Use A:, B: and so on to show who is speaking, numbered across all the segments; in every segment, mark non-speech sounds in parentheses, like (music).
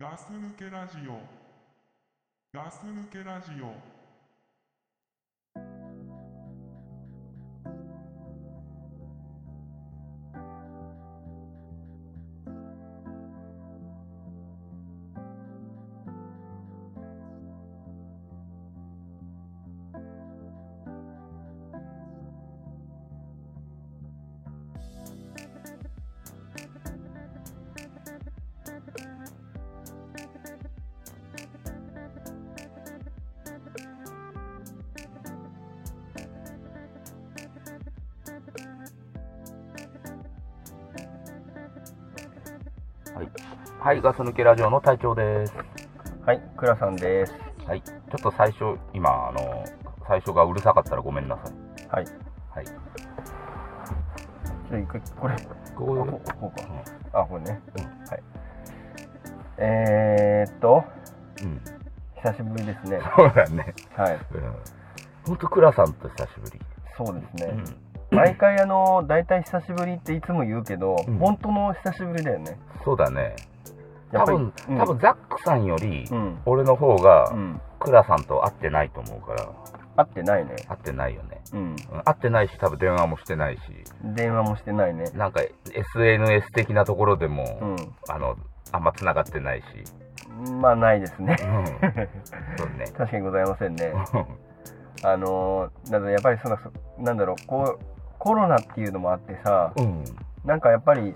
A: ガス抜けラジオガス抜けラジオ
B: はい、ガス抜けラジオの隊長です。
C: はい、くらさんです。
B: はい、ちょっと最初、今、あの、最初がうるさかったらごめんなさい。
C: はい。
B: はい。
C: じゃあ、いく、これ、
B: こ
C: あここうか。あ、これね。はい。えーっと、
B: うん、
C: 久しぶりですね。
B: そうだね。
C: はい。
B: うん。ほんと、倉さんと久しぶり。
C: そうです
B: う
C: ね。
B: ん。
C: 毎回、あの、大体久しぶりっていつも言うけど、
B: うん
C: 本当の久しぶりだよね。
B: そうだね。
C: や
B: 多
C: っぱり
B: 分、
C: うん
B: 多分、ザックさんより、
C: うん。
B: 俺の方が
C: う、ん。
B: 倉さんと会ってないと思うから、
C: 会ってないね。
B: 会ってないよね。
C: うん。
B: うん、会ってないし、多分電話もしてないし、
C: 電話もしてないね。
B: なんか SNS 的なところでも、
C: う
B: あの、あんま繋がってないし。
C: ん。まあ、ないですね (laughs)
B: う。ん。そうね。
C: 確かにございませんね。
B: うん
C: あのー、なんだやっぱりその、そなんだろう、こう、コロナっていうのもあってさ、
B: うん。
C: なんかやっぱり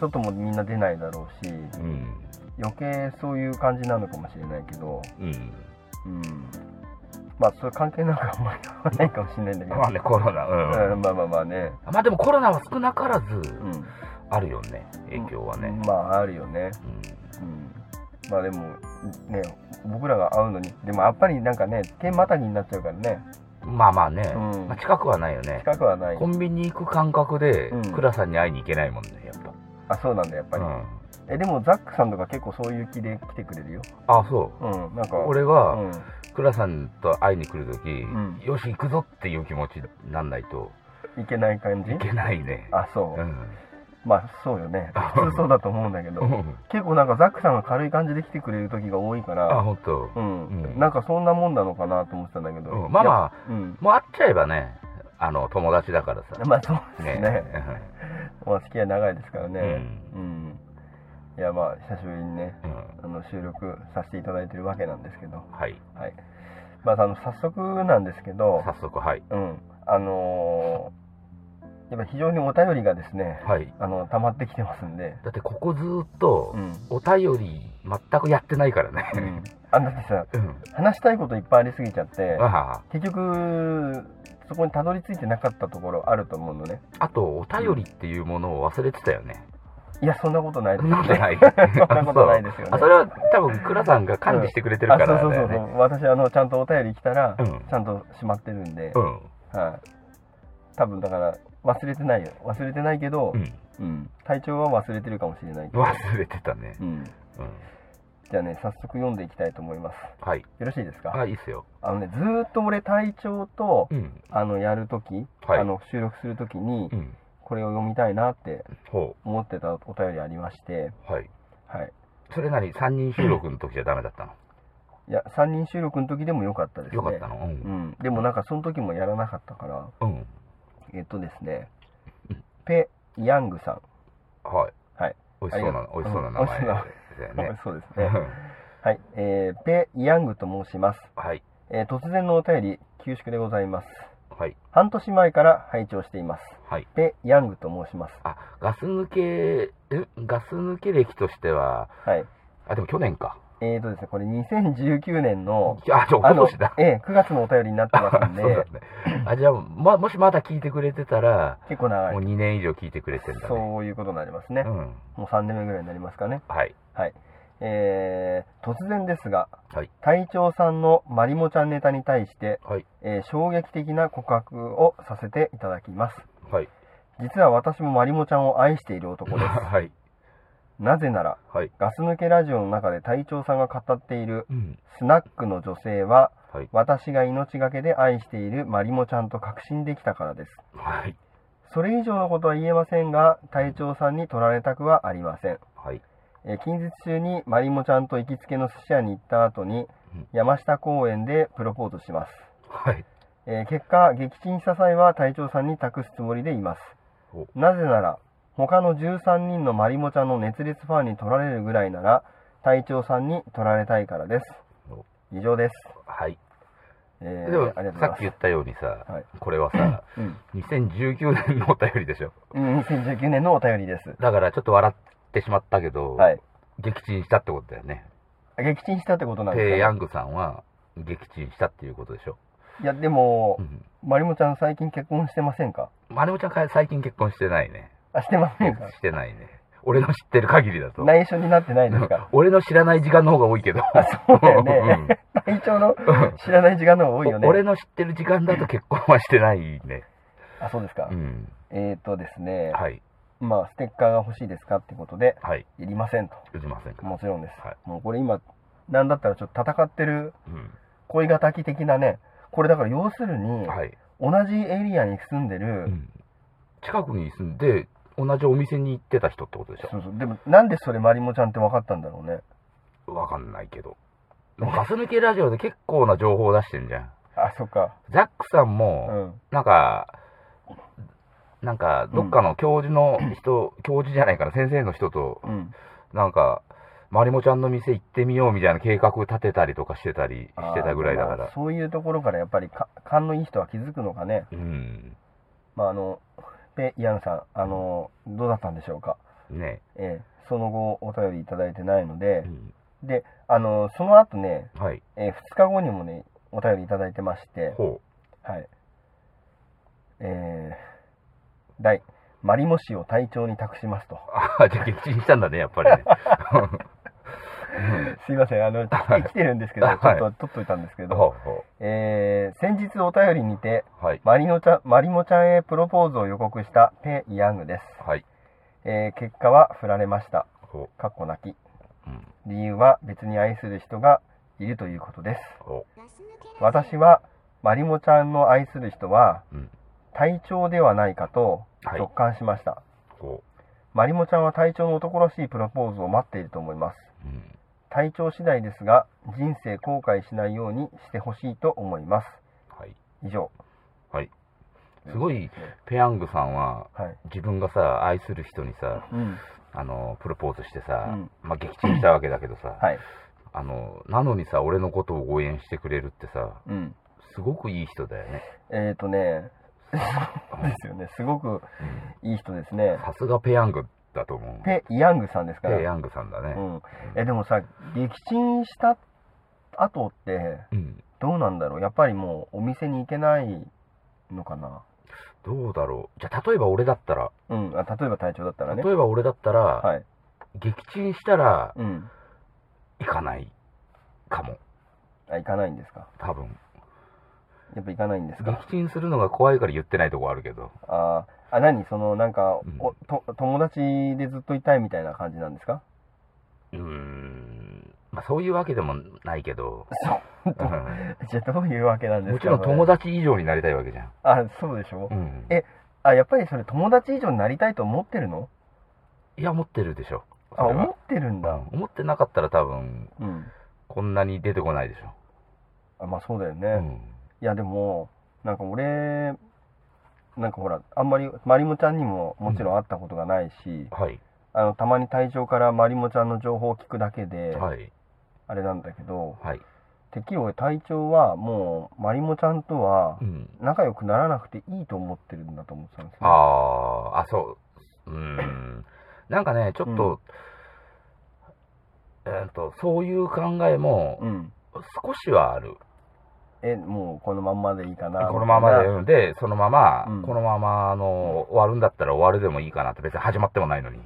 C: 外もみんな出ないだろうし
B: うん。
C: 余計そういう感じなのかもしれないけど、
B: うん。
C: うん、まあそれ関係なんかあんまり合わないかもしれないんだけど
B: まあね、コロナ、うん。
C: うんまあまあまあね、
B: まあでもコロナは少なからず
C: うん、
B: あるよね、影響はね。
C: まああるよね、
B: うん。
C: うん、まあでもね僕らが会うのにでもやっぱりなんかね手またぎになっちゃうからね
B: まあまあね、
C: うん
B: まあ、近くはないよね。
C: 近くはない
B: コンビニ行く感覚で
C: う、ん
B: 倉さんに会いに行けないもんね、やっ
C: あそうなんだやっぱ
B: ぱ。うん。
C: り、えでもザックさんとか結構そういう気で来てくれるよ
B: あ、そう。
C: うんなんか
B: 俺
C: う
B: は、
C: ん
B: 倉さんと会いに来るとき、
C: ん
B: よし、行くぞっていう気持ちになんないと
C: いけない感じ
B: いけないね。
C: あそう、
B: うん。
C: まあそうよね普通そうだと思うんだけど
B: うん
C: 結構なんかザックさんが軽い感じで来てくれる時が多いか
B: (laughs) あ、
C: ら
B: ほんと。
C: うん、
B: うん
C: なんかそんなもんなのかなと思ってたんだけど、
B: うんまあ
C: いや
B: ま
C: うん
B: あ、もう会っちゃえばね、あの、友達だからさ。
C: まあそうですねまあ付き合い長いですから
B: う
C: ね
B: ん。
C: うん、いやまあ久しぶりにね
B: うんうん
C: あの収録させていただいてるわけなんですけど
B: はい。
C: はいまああの早速なんですけど
B: 早速、はい。
C: うんあのーやっぱ非常にお便りがですね
B: はい。
C: あの溜まってきてますんで
B: だってここずーっと
C: うん、
B: お便り全くやってないから
C: う
B: ね。
C: ん、あだって
B: (laughs)
C: さ
B: うん。
C: 話したいこといっぱいありすぎちゃって
B: あ
C: 結局そこにたどり着いてなかったところあると思うのね
B: ああと、お便りっていうものを忘れてたよね。
C: いやそんなことないで
B: (laughs)
C: す
B: そんな
C: よ
B: こと
C: ね
B: ない。
C: (laughs) そんなことないですよね
B: あ、それは多分、倉さんが管理してくれてるから
C: あ
B: だ
C: そうそうそ
B: よ
C: う
B: ね。
C: そう私あのちゃんとお便り来たら、
B: うん
C: ちゃんとしまってるんで、
B: うん。
C: はい多分だから忘れてないよ忘れてないけど
B: う、ん。
C: うん体調は忘れてるかもしれないけど、
B: 忘れてたね
C: う。ん、
B: うん。
C: じゃあね早速読んでいきたいと思います
B: はい。
C: よろしいですか、
B: あ、いいっすよ。
C: あのねずーっと俺体調と
B: うん。
C: あのやるとき、
B: はい
C: あの収録するときに
B: うん。
C: これを読みたいなって
B: ほ
C: 思ってたお便りありまして
B: う。はい。
C: はい
B: それなりに3人収録の時じゃダメだったの
C: いや3人収録の時でも良かったですね
B: よかったのうん
C: う。ん、でもなんかその時もやらなかったから
B: うん。
C: えっとですね
B: うん
C: ペ・ヤングさん
B: はい。
C: はい。
B: 美味しそうな、美味しそうな名前だよね。
C: (laughs) そうです
B: う
C: ね
B: ん
C: はい、えー、ペ・ヤングと申します、
B: はい。
C: えー突然のお便り恐縮でございます
B: はい。
C: 半年前から拝聴しています
B: はい。
C: ペ・ヤングと申します
B: あ、ガス抜け、えガス抜け歴としては、
C: はい
B: あ、でも去年か。
C: えーとですねこれ2019年の
B: あ、じゃあ、お
C: あ
B: と
C: の
B: としだ。、
C: えー、9月のお便りになっ
B: (laughs)
C: て
B: そう
C: ま
B: だ
C: すん
B: ね
C: で。
B: あ、じゃあ、ま、もしまだ聞いてくれてたら、
C: 結構長い
B: もう2年以上聞いてくれてんだね。
C: そういうことになりますね、
B: うん。
C: もう3年目ぐらいになりますかね
B: はい。
C: はいえー、突然ですが
B: はい。
C: 隊長さんのまりもちゃんネタに対して、
B: はい。
C: えー衝撃的な告白をさせていただきます
B: はい。
C: 実は私もまりもちゃんを愛している
B: (laughs)
C: 男です
B: はい。
C: なぜなら
B: はい。
C: ガス抜けラジオの中で隊長さんが語っている
B: うん。
C: スナックの女性は
B: はい。
C: 私が命がけで愛しているまりもちゃんと確信できたからです
B: はい。
C: それ以上のことは言えませんが隊長さんに取られたくはありません
B: はい。
C: えー近日中にまりもちゃんと行きつけの寿司屋に行った後に
B: うん
C: 山下公園でプロポーズします、
B: はい。
C: えー結果撃沈した際は隊長さんに託すつもりでいます
B: お
C: なぜなら他の13人のまりもちゃんの熱烈ファンに取られるぐらいなら隊長さんに取られたいからです
B: お
C: 以上です、
B: はい。
C: え
B: で
C: ー
B: も、
C: ありがとうござい
B: さ
C: ま
B: っき
C: す
B: 言ったようにさ、
C: はい
B: これは
C: (laughs)
B: さ、
C: うん
B: 2019年のお便りでしょ。
C: うん2019年のお便りです
B: だからちょっと笑ってしまったけど、
C: はい
B: 撃沈したってことだよね。
C: 撃沈したってことなんです
B: ペイ・ヤ
C: か
B: ングさんは撃沈したっていうことでしょ。
C: いやでも
B: うん。
C: まりもちゃん最近結婚してませんか
B: まるもちゃんか最近結婚してないね。
C: あしてませんか
B: してないね。俺の知ってる限りだと。
C: 内緒になってないで
B: (laughs)
C: すか
B: 俺の知らない時間の方が多いけど。
C: そうだよね隊長の知らない時間の方が多いよね
B: 俺の知ってる時間だと結婚はしてないね。
C: あそうですか、
B: うん。
C: えっ、ー、とですね、
B: はい。
C: まあステッカーが欲しいですかってことで
B: はい。
C: いりませんと
B: 打ちませんか。
C: もちろんです、
B: はい
C: もうこれ今なんだったらちょっと戦ってる
B: うん。
C: 恋敵的なねこれだから要するに、
B: はい。
C: 同じエリアに住んでる、
B: うん。近くに住んで、同じお店に行ってた人ってことでし
C: そうそうでもなんでそれまりもちゃんって分かったんだろうね
B: ょわかんないけど。でもガス抜けラジオで結構な情報出してんじゃん。
C: あそっか
B: ザックさん
C: う
B: も、
C: ん
B: なんか、なんか、どっかの教授の人、教授じゃないから先生の人と、
C: うん
B: なんか、まりもちゃんの店行ってみようみたいな計画立てたりとかしてたりしてたぐらいだか
C: あー
B: ら。
C: そういうところからやっぱりか勘のいい人は気づくのかね
B: うん。
C: まああのペイヤンさんあのどうだったんでしょうか、
B: ね
C: えーその後お便りいただいてないので
B: う、ん
C: であのその後ね、
B: はい。
C: え2日後にもねお便りいただいてまして
B: ほ
C: はいえー、第「マリモ氏を隊長に託します」と
B: う。 (laughs) あじゃあ撃沈したんだね、やっぱりね。
C: すいませんあの
B: はい
C: 来てるんですけどちょ
B: はい
C: っと取っといたんですけ
B: (laughs)
C: ど、
B: ほうほ
C: えー先日お便りにて
B: う。はい。
C: マリノちゃんマリモちゃんへプロポーズを予告したペ・イヤングです、
B: はい。
C: えー結果は振られました
B: ほ
C: かっこなき
B: う。うん。
C: 理由は別に愛する人がいるということです
B: ほ
C: 私はマリモちゃんの愛する人は
B: うん
C: 隊長ではないかと
B: はい
C: 直感しました、
B: う。ほ
C: マリモちゃんは隊長の男らしいプロポーズを待っていると思います
B: う。うん。
C: 隊長次第ですが人生後悔しないようにしてほしいと思います
B: はい。
C: 以上
B: はい。すごい、ペヤングさんは、
C: はい、
B: 自分がさ、愛する人にさ、
C: うん、
B: あの、プロポーズしてさ、
C: うん
B: まあ、撃沈したわけだけどさ、
C: はい、
B: あの、なのにさ、俺のことを応援してくれるってさ、
C: うん、
B: すごくいい人だ
C: (laughs)
B: よね。
C: えっ、ー、とねそうですよねすごくいい人ですね
B: さすがペヤングだと思う。ペ
C: ペ・イヤングさんですから
B: ヤングさんだ
C: う
B: ね。
C: ん、えでもさ撃沈した後って
B: うん。
C: どうなんだろうやっぱりもうお店に行けないのかな
B: どうだろう。じゃあ、例えば俺だったら、
C: うんあ例えば隊長だったらね
B: 例えば俺だったら、
C: はい
B: 撃沈したら
C: うん
B: 行かないかも。
C: あ行かないんですか
B: 多分。
C: やっぱ行かないんです
B: 撃
C: か
B: 沈するのが怖いから言ってないとこあるけど。
C: あーあ何そのなんか、
B: うん
C: おと友達でずっといたいみたいな感じなんですか
B: うーん。まあ、そういうわけでもないけ
C: (laughs)
B: ど。
C: そう
B: う
C: じゃあどういうわけなん
B: ん
C: ですか
B: もちろん
C: それ
B: 友達以上になりたいわけじゃん。
C: あそうでしょ、
B: うん。
C: えあやっぱりそれ友達以上になりたいと思ってるの
B: いや、持ってるでしょ。そ
C: あ
B: れは
C: 思ってるんだ
B: うん思ってなかったら多分、
C: うん
B: こんなに出てこないでしょ。
C: あまあそうだよね、
B: うん。
C: いやでもなんか俺なんかほらあんまりまりもちゃんにももちろん会ったことがないし、
B: はい。
C: あのたまに隊長からまりもちゃんの情報を聞くだけで、
B: はい。
C: あれなんだけど
B: はい。
C: てっきり俺隊長はもうまりもちゃんとは
B: うん。
C: 仲良くならなくていいと思ってるんだと思ってたんですよ、
B: あーあ、そう。うーん。なんかね、ちょっと、えーっと、そういう考えも
C: うん
B: 少しはある。
C: えもうこのまんまでいいかな
B: このままで、
C: み
B: うんで、そのまま、
C: うん
B: このまま、あの、終わるんだったら終わるでもいいかなって、別に始まってもないのに。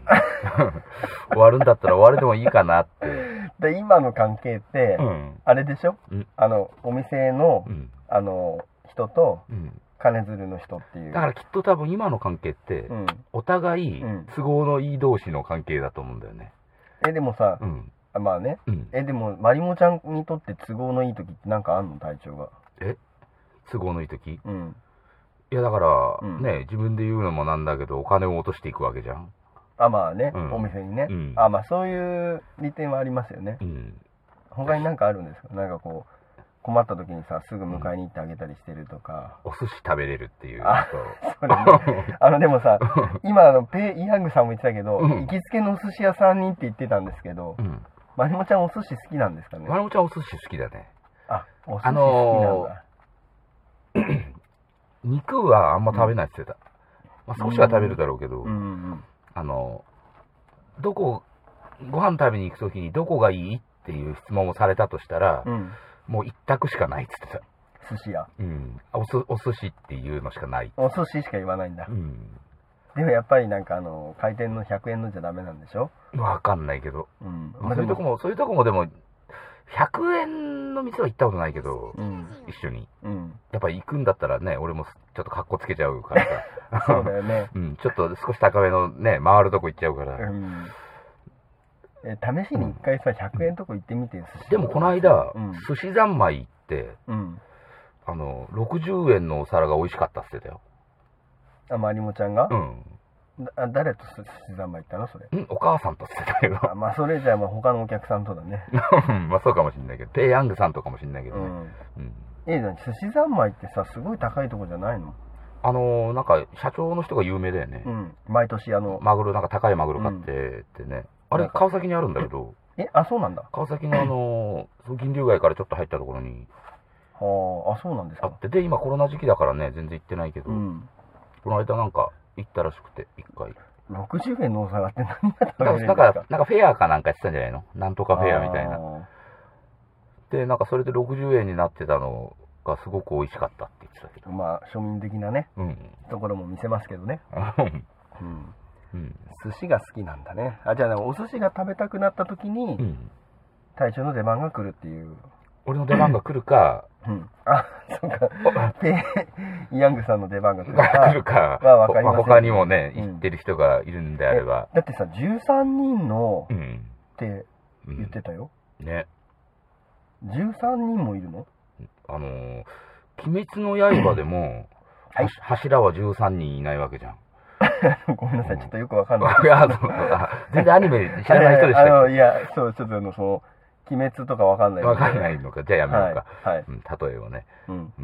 B: (laughs) 終わるんだったら終わるでもいいかなって。
C: たいなで今の関係って、
B: うん。
C: あれでしょ、
B: うん
C: あのお店の
B: うん。
C: あの人と
B: うん。
C: 金づるの人っていう
B: だからきっと多分今の関係って、
C: うん
B: お互い
C: うん
B: 都合のいい同士の関係だと思うんだよね。
C: えでもさ、
B: うん。
C: あまあね
B: うん。
C: えでもまりもちゃんにとって都合のいい時ってなんかあんの体調が
B: 都合のいい時
C: うん
B: いやだから、
C: うん
B: ね自分で言うのもなんだけどお金を落としていくわけじゃん
C: あ、まあね、
B: うん
C: お店にね。
B: うん
C: あ、まあそういう利点はありますよね。
B: うん。
C: 他になんかあるんですかなんかこう、困った時にさ、すぐ迎えに行ってあげたりしてるとか。
B: お寿司食べれるっていう。
C: あ
B: そう
C: それね
B: (laughs)
C: あの、でもさ、今、あの、ペイ・イヤングさんも言ってたけど、
B: うん
C: 行きつけのお寿司屋さんにって言ってたんですけど、
B: うん。
C: まりもちゃんお寿司好きなんですかね
B: まるもちゃんお寿司好きだね。
C: あ、お寿司好きなんだ。
B: あの肉はあんま食べないって言ってた。まあ、少しは食べるだろうけど、
C: うんうん
B: あの、どこ、ご飯食べに行くときにどこがいいっていう質問をされたとしたら、
C: うん。うん。
B: もう一択しかないって言ってた。
C: 寿司屋。
B: うん。おすお寿司っていうのしかない。
C: お寿司しか言わないんだ
B: う。ん。
C: でもやっぱりなんかあの、回転の100円のじゃダメなんでしょ
B: わかんないけど。
C: うん。
B: まあ、そういうとこも、そういうとこもでも、100円の店は行ったことないけど、
C: うん。
B: 一緒に。
C: うん。
B: (laughs) やっぱ行くんだったらね、俺もちょっと格好つけちゃう
C: (laughs)
B: からさ。
C: そうだよね。
B: うん、ちょっと少し高めのね、回るとこ行っちゃうか
C: う
B: ら。
C: ん。え、試しに一回さ、100円とこ行ってみてよ、寿司。
B: でもこの間、
C: うん
B: 寿司三昧行って、
C: うん。
B: あの、60円のお皿が美味しかったって言ってたよ。
C: あ、まりもちゃんが、
B: うん。
C: だ誰と寿司三昧行ったのそれ。
B: うん、お母さんとって言ってたけど。
C: あまあそれじゃあまあ他のお客さんとだね。
B: うん (laughs) まあそうかもしんないけど、ペイヤングさんとかもしんないけ
C: う
B: どね。
C: ん。
B: うん。
C: ええじゃん寿司三昧ってさ、すごい高いとこじゃないの
B: あのーなんか、社長の人が有名だよね
C: う。ん。毎年あの、
B: マグロ、なんか高いマグロ買ってってね。あ
C: な
B: れ
C: ん、か
B: 川崎にあるんだけど、
C: え、あ、そうなんだ。
B: 川崎のあの
C: (clears throat)
B: ーそう銀龍街からちょっと入ったところに
C: はあ、あ、そうなんです
B: あ
C: か
B: っ。て、で、今コロナ時期だからね、全然行ってないけど、
C: うん。
B: この間なんか行ったらしくて、一回。
C: 60円のお皿って何が食べ
B: な
C: れる
B: んか、
C: んです
B: なん
C: か
B: かなんかフェアかなんかしてたんじゃないのなんとかフェアみたいな。
C: な。
B: で、なんかそれで60円になってたのがすごく美味しかったって言ってたけど。
C: まあ、庶民的なね、
B: うん。
C: ところも見せますけどね。うん。
B: うん。
C: 寿司が好きなんだね。あ、じゃあ、お寿司が食べたくなった時に
B: う、ん。
C: 大将の出番が来るっていう。
B: 俺の出番が来るか、
C: うん。あ、そうか。ペイ・ヤングさんの出番が来るか
B: (laughs) が来るか、
C: まあわかりません
B: 他にもね、
C: うん
B: 行ってる人がいるんであれば。
C: だってさ、13人の
B: う
C: っ
B: ん。
C: て
B: うん
C: 言ってたよ。
B: ね。
C: 13人もいるの (laughs)
B: あのー鬼滅の刃でも、
C: はい
B: はし柱は13人いないわけじゃん。 (laughs)
C: ごめんなさい、ちょっとよくわかんない。
B: いやそうあ全然アニメ知らない人でし
C: あの
B: た
C: いや、そう、ちょっとあの、その、鬼滅とかわかんない。。
B: わかんないいのか。じゃあやめようか。
C: はい。はい。
B: うん、例えをね。
C: うん。
B: う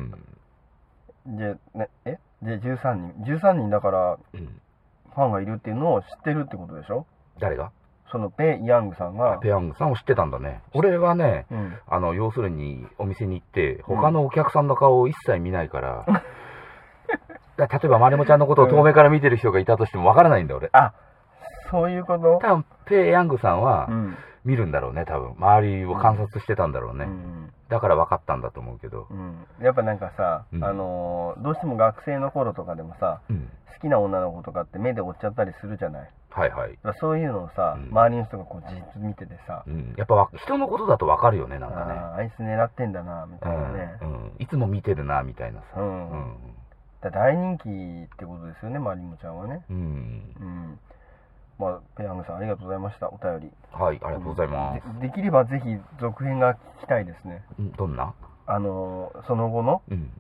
B: ん。
C: じゃあ、ね、えじゃあ13人。13人だから、
B: うん、
C: ファンがいるっていうのを知ってるってことでしょ
B: 誰が
C: その、ペ・イヤングさんが。
B: ペヤングさんを知ってたんだね。俺はね、
C: うん。
B: あの、要するにお店に行って、他のお客さんの顔を一切見ないから、 (laughs) だから例えばまりもちゃんのことを遠目から見てる人がいたとしてもわからないんだ俺。
C: あ、そういうこと
B: 多分ペイヤングさんは
C: うん。
B: 見るんだろうね、多分。周りを観察してたんだろう
C: う
B: ね。
C: ん。
B: だから分かったんだと思うけど。
C: うん。やっぱなんかさ、
B: うん
C: あのーどうしても学生の頃とかでもさ、
B: うん。
C: 好きな女の子とかって目で追っちゃったりするじゃない。
B: はいはい。
C: だからそういうのをさ、
B: うん
C: 周りの人がこうじっと見ててさ、
B: うん、やっぱわ人のことだと分かるよね、なんか
C: あーあいつ狙ってんだな、みたい
B: ね。
C: なね。
B: うん、うん。いつも見てるな、みたいなさ。
C: うん
B: うん。
C: だから大人気ってことですよね、まりもちゃんはね。
B: うん。
C: うん。まあ、ペヤングさん、ありがとうございました、お便り。
B: はい、ありがとうございます。
C: でできればぜひ続編が聞きたいですね。
B: うん、どんな
C: あのーその後の、
B: うん。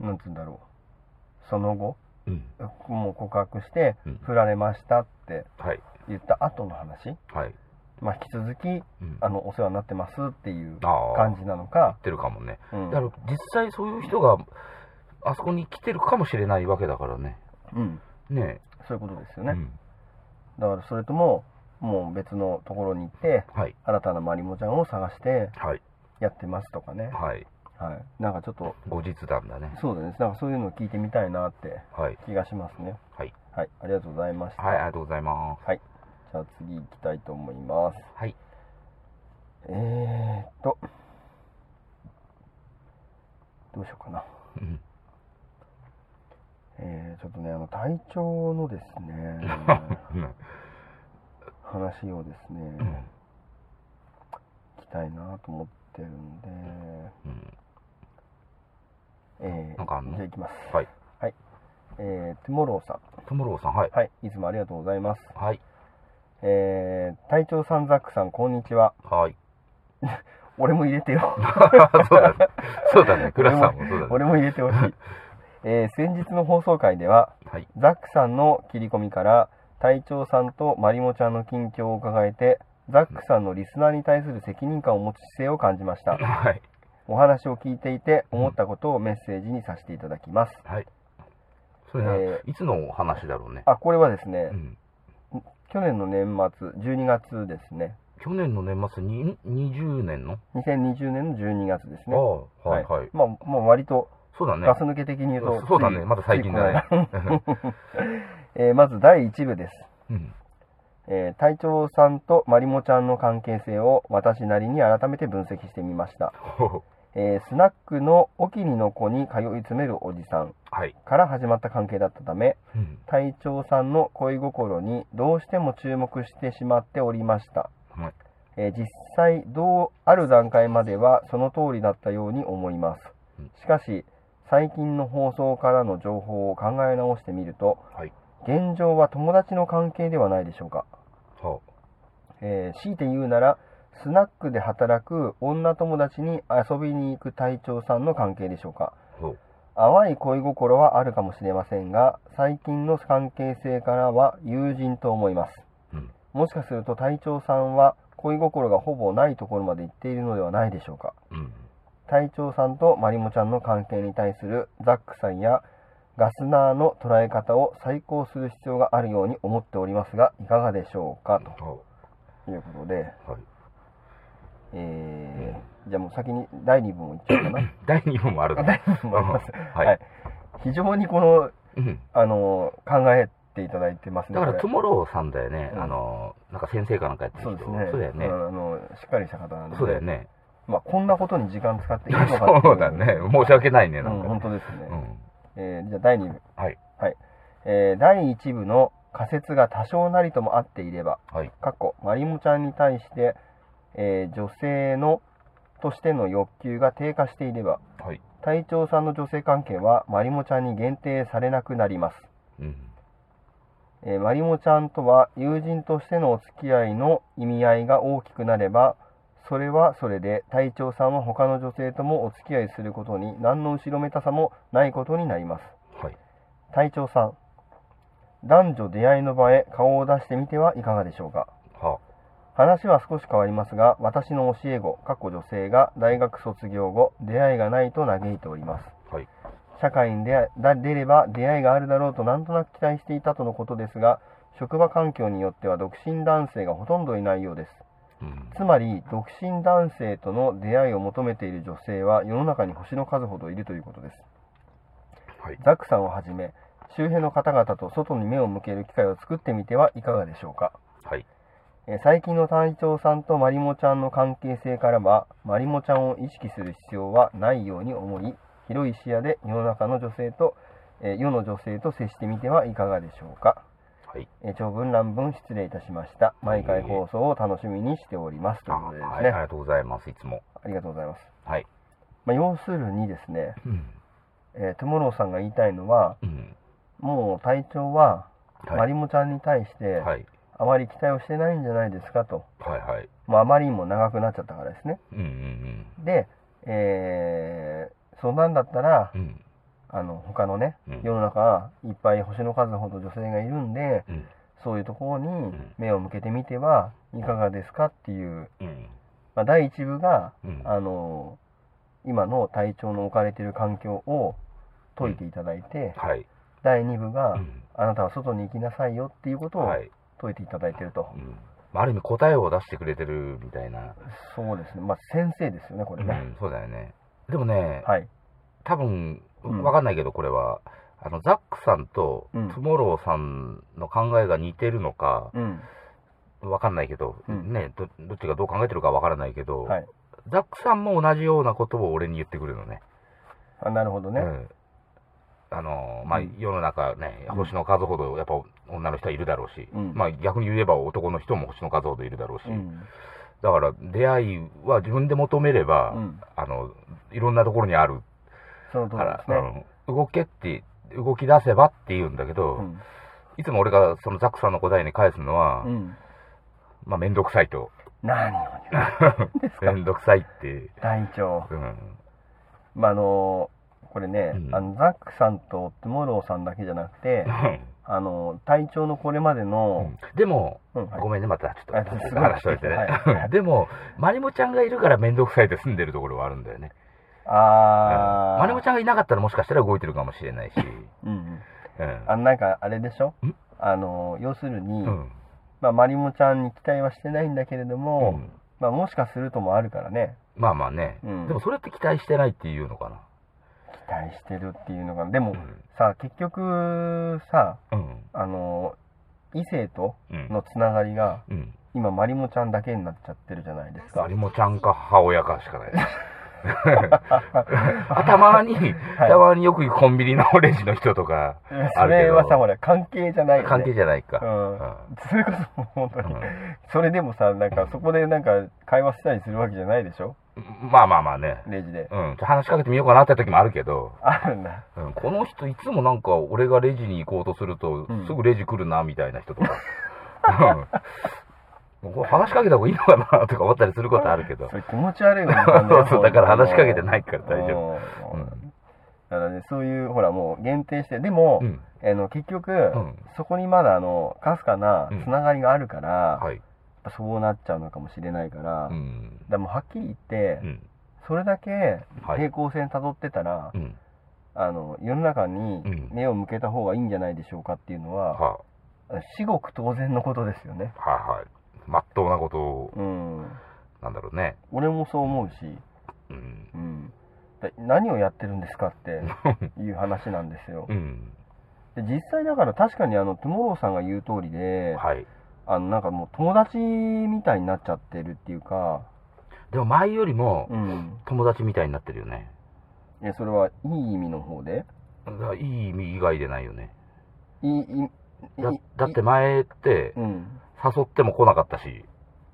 C: なんつうんだろう、その後、
B: うん。
C: もう告白して
B: うん、
C: 振られましたって
B: はい。
C: 言った後の話、
B: はい。
C: まあ、引き続き、
B: うん、
C: あの、お世話になってますっていう
B: あー
C: 感じなのか
B: 言っ、てるかもね。
C: うん
B: だから実際そういう人があそこに来てるかもしれないわけだからね。
C: うん、
B: ね
C: そういうことですよ
B: え。う
C: ね。
B: ん
C: だからそれとも、もう別のところに行って、
B: はい。
C: 新たなまりもちゃんを探して
B: はい。
C: やってますとかね、
B: はい。
C: はい、なんかちょっと、
B: 後日談だね。
C: そうだね、なんかそういうのを聞いてみたいなって
B: はい。
C: 気がしますね。
B: はい。
C: はい、ありがとうございました。
B: はい、ありがとうございます。
C: はいじゃあ次行きたいと思います。
B: はい。
C: えーっと、どうしようかな。
B: うん
C: えー、ちょっとね、あの、体調ので
B: (laughs)
C: すね、話をですね、聞きたいなと思ってるんで、
B: うん
C: えー、
B: なんかあんの
C: じゃあ行きます。
B: はい。
C: えー、トゥモローさん。
B: トモローさん、はい。
C: はい、いつもありがとうございます。
B: はい。
C: えー、隊長さん、ザックさん、こんにちは。
B: はい。 (laughs)
C: 俺も入れてよ。
B: そうだね。そう
C: (laughs)
B: だね。クラスさんもそうだね。
C: 俺も入れてほしい。えー、先日の放送回では、
B: はい。
C: ザックさんの切り込みから、隊長さんとマリモちゃんの近況を伺えて、ザックさんのリスナーに対する責任感を持つ姿勢を感じました。
B: はい。
C: お話を聞いていて、思ったことをメッセージにさせていただきます。
B: はい。それね、いつのお話だろうね。
C: あ、これはですね、
B: うん。
C: 去年の年末、12月ですね。
B: 去年の年末に、20年の、
C: 2020年の12月ですね。
B: ああ、はいはい。
C: まあ、まあ、割と
B: そうだね。
C: ガス抜け的に言うと、
B: そうだ
C: つ
B: ね。
C: い
B: まだ最近だね。。
C: ついこの間 (laughs) えーまず第1部です。
B: (laughs) うん。
C: えー隊長さんとまりもちゃんの関係性を私なりに改めて分析してみました、
B: ほう
C: えースナックのお気に入りの子に通い詰めるおじさん
B: はい。
C: から始まった関係だったため
B: うん。
C: 隊長さんの恋心にどうしても注目してしまっておりました、
B: はい
C: えー実際どうある段階まではその通りだったように思います
B: うん
C: しかし最近の放送からの情報を考え直してみると
B: はい。
C: 現状は友達の関係ではないでしょうか
B: は
C: えー強いて言うならスナックで働く女友達に遊びに行く隊長さんの関係でしょうか
B: あ。ほう。
C: 淡い恋心はあるかもしれませんが最近の関係性からは友人と思います
B: うん。
C: もしかすると隊長さんは恋心がほぼないところまで行っているのではないでしょうか
B: うん。
C: 隊長さんとまりもちゃんの関係に対するザックさんやガスナーの捉え方を再考する必要があるように思っておりますがいかがでしょうか
B: は
C: ということで
B: あ。はい。
C: えーじゃあもう先に第2部もいっちゃおうかな。
B: 第2部も (laughs) あるだ
C: 第
B: ね。
C: 2部もあります。
B: うんはい。
C: (laughs) 非常にこの、
B: うん。
C: あのー考えていただいてますね。
B: だから、ト
C: こ
B: ゥモローさんだよね。
C: うん
B: あの、なんか先生かなんかやって
C: れ
B: る
C: そう
B: 人。
C: ですね。
B: そうだよね
C: ん。あのーしっかりした方なんで。
B: そうだよね。
C: まあ、こんなことに時間使っていいのかってい
B: そうだね。申し訳ないね、
C: うん
B: なんか
C: 本
B: ね。
C: 当ですね。
B: うん。
C: えーじゃあ第2部。
B: はい。
C: えー第1部の仮説が多少なりとも合っていれば、
B: はい。
C: かっこ、まりもちゃんに対して、えー女性の、としての欲求が低下していれば、
B: はい。
C: 隊長さんの女性関係はマリモちゃんに限定されなくなります、
B: うん。
C: えーマリモちゃんとは友人としてのお付き合いの意味合いが大きくなればそれはそれで隊長さんは他の女性ともお付き合いすることに何の後ろめたさもないことになります
B: はい。
C: 隊長さん男女出会いの場へ顔を出してみてはいかがでしょうか
B: は
C: 話は少し変わりますが私の教え子過去女性が大学卒業後出会いがないと嘆いております
B: あ。はい。
C: 社会に出会いだ出れば出会いがあるだろうとなんとなく期待していたとのことですが職場環境によっては独身男性がほとんどいないようです
B: うん。
C: つまり独身男性との出会いを求めている女性は世の中に星の数ほどいるということです
B: はい。
C: ザックさんをはじめ周辺の方々と外に目を向ける機会を作ってみてはいかがでしょうか
B: はい。
C: えー最近の隊長さんとマリモちゃんの関係性からはマリモちゃんを意識する必要はないように思い広い視野で世の中の女性と、えー世の女性と接してみてはいかがでしょうか、
B: はい。
C: えー長文乱文失礼いたしました毎回放送を楽しみにしておりますと
B: あ
C: いうことでです
B: はい。
C: ね
B: ありがとうございます、いつも。
C: ありがとうございます、
B: はい。
C: まあ、要するにですね、
B: うん。
C: えートゥモローさんが言いたいのは
B: うん。
C: もう隊長はマ
B: はい。
C: リモちゃんに対して
B: はい。
C: あまり期待をしてないんじゃないですかと、
B: はい。はい。
C: まあ、あまりにも長くなっちゃったからですね
B: うんうん
C: で、えー、そんなんだったら
B: うん。うん。
C: あの他のね
B: うん
C: 世の中いっぱい星の数ほど女性がいるんで
B: うん。
C: そういうところに
B: ん
C: 目を向けてみてはいかがですかっていう、
B: うん。
C: まあ、第一部が
B: うん。
C: あの今の体調の置かれている環境を解いていただいて、
B: はい。
C: 第二部が、
B: うん
C: あなたは外に行きなさいよっていうことを
B: はい。
C: 解いていただいてると、
B: うん。まあある意味答えを出してくれてるみたいな。
C: そうですねまあ先生ですよねこ
B: う
C: れね、
B: ん。そうだよね。でもね、
C: はい
B: 多分、
C: うん
B: わかんないけど、これは、あの、ザックさんと、ト
C: うん
B: ゥモローさんの考えが似てるのか、
C: うん
B: わかんないけど、
C: うん
B: ねど、どっちがどう考えてるかわからないけど、
C: はい
B: ザックさんも同じようなことを俺に言ってくるのね。
C: あなるほどね、
B: うんあのまあ、
C: うん
B: 世の中ね、
C: うん
B: 星の数ほどやっぱ女の人はいるだろうし、
C: うん
B: まあ、逆に言えば男の人も星の数ほどいるだろうし、
C: うん
B: だから出会いは自分で求めれば、
C: うん
B: あのいろんなところにある
C: その通
B: か
C: り
B: ら
C: で、すね、
B: うん動けって動き出せばって言うんだけど、
C: うん
B: いつも俺がそのザックさんの答えに返すのは、
C: うん、
B: まあ面倒くさいと
C: 何を言う (laughs)
B: 面倒くさいって、
C: 隊長、 (laughs)
B: うん、
C: まあ、あのこれね、
B: うん
C: あのザックさんとトゥモローさんだけじゃなくてあの体調のこれまでの、
B: でも、
C: うんはい
B: ごめんね、またちょ
C: あ
B: っと
C: すごい
B: 話しといてね。 (laughs)
C: はい
B: でも、まりもちゃんがいるから面倒くさいって住んでるところはあるんだよね。
C: あー
B: まりもちゃんがいなかったらもしかしたら動いてるかもしれないし。
C: うんうん
B: うん
C: あのなんかあれでしょ
B: ん
C: あの要するに、
B: うん
C: まあ、マリモちゃんに期待はしてないんだけれど
B: う
C: も、
B: ん
C: まあ、もしかするともあるからね
B: まあまあね、
C: うん
B: でもそれって期待してないっていうのか
C: 期待してるっていうのがでも、
B: な。うん
C: さ結局さ
B: うん
C: あの異性と
B: うん
C: のつながりが
B: うん。
C: 今マリモちゃんだけになっちゃってるじゃないですか
B: まりもちゃんか母親かしかない。 (laughs) あたまに、たまによく行くコンビニのレジの人とか、
C: え
B: あ
C: (laughs) そ
B: るけ
C: れ
B: ど
C: はさほら関係じゃないよね
B: 関係じゃないか。
C: うんそれこそもう本当に、
B: うん
C: それでもさなんかそこでなんか会話したりするわけじゃないでしょ
B: うんまあまあまあね。
C: レジで
B: うん、ちょ話しかけてみようかなって時もあるけど、
C: あるんだ
B: うん、この人いつもなんか俺がレジに行こうとすると、
C: うん
B: すぐレジ来るなみたいな人とか、うん、 (laughs) これ話しかけた方がいいのかなとか思ったりすることあるけど
C: そ、れ気持ち悪いよね
B: (laughs) そうそうだから話しかけてないから大丈
C: 夫
B: うん
C: だからねそういうほらもう限定してでも、
B: うん、
C: あの結局、
B: ん
C: そこにまだあのかすかなつながりがあるから、やっ
B: はい、
C: ぱそうなっちゃうのかもしれないから、
B: うん、
C: でもはっきり言って、
B: うん、
C: それだけ
B: はい
C: 平行線たどってたら、
B: うん、
C: あの世の中に
B: うん
C: 目を向けた方がいいんじゃないでしょうかっていうのは、
B: は
C: 至極当然のことですよね。
B: い、はい、はい、まっとうなことを
C: うん、
B: なんだろうね、
C: 俺もそう思うし、
B: うん、
C: うん、だ何をやってるんですか
B: (laughs)
C: っていう話なんですよ
B: う。ん、
C: で実際だから確かにあのトゥモローさんが言う通りで、
B: はい。
C: あのなんかもう友達みたいになっちゃってるっていうか、
B: でも前よりも
C: うん、
B: 友達みたいになってるよね。
C: えそれはいい意味の方で
B: だからいい意味以外でないよね。
C: いいい
B: だ
C: い
B: だって前って
C: うん、
B: 誘っても来なかったし、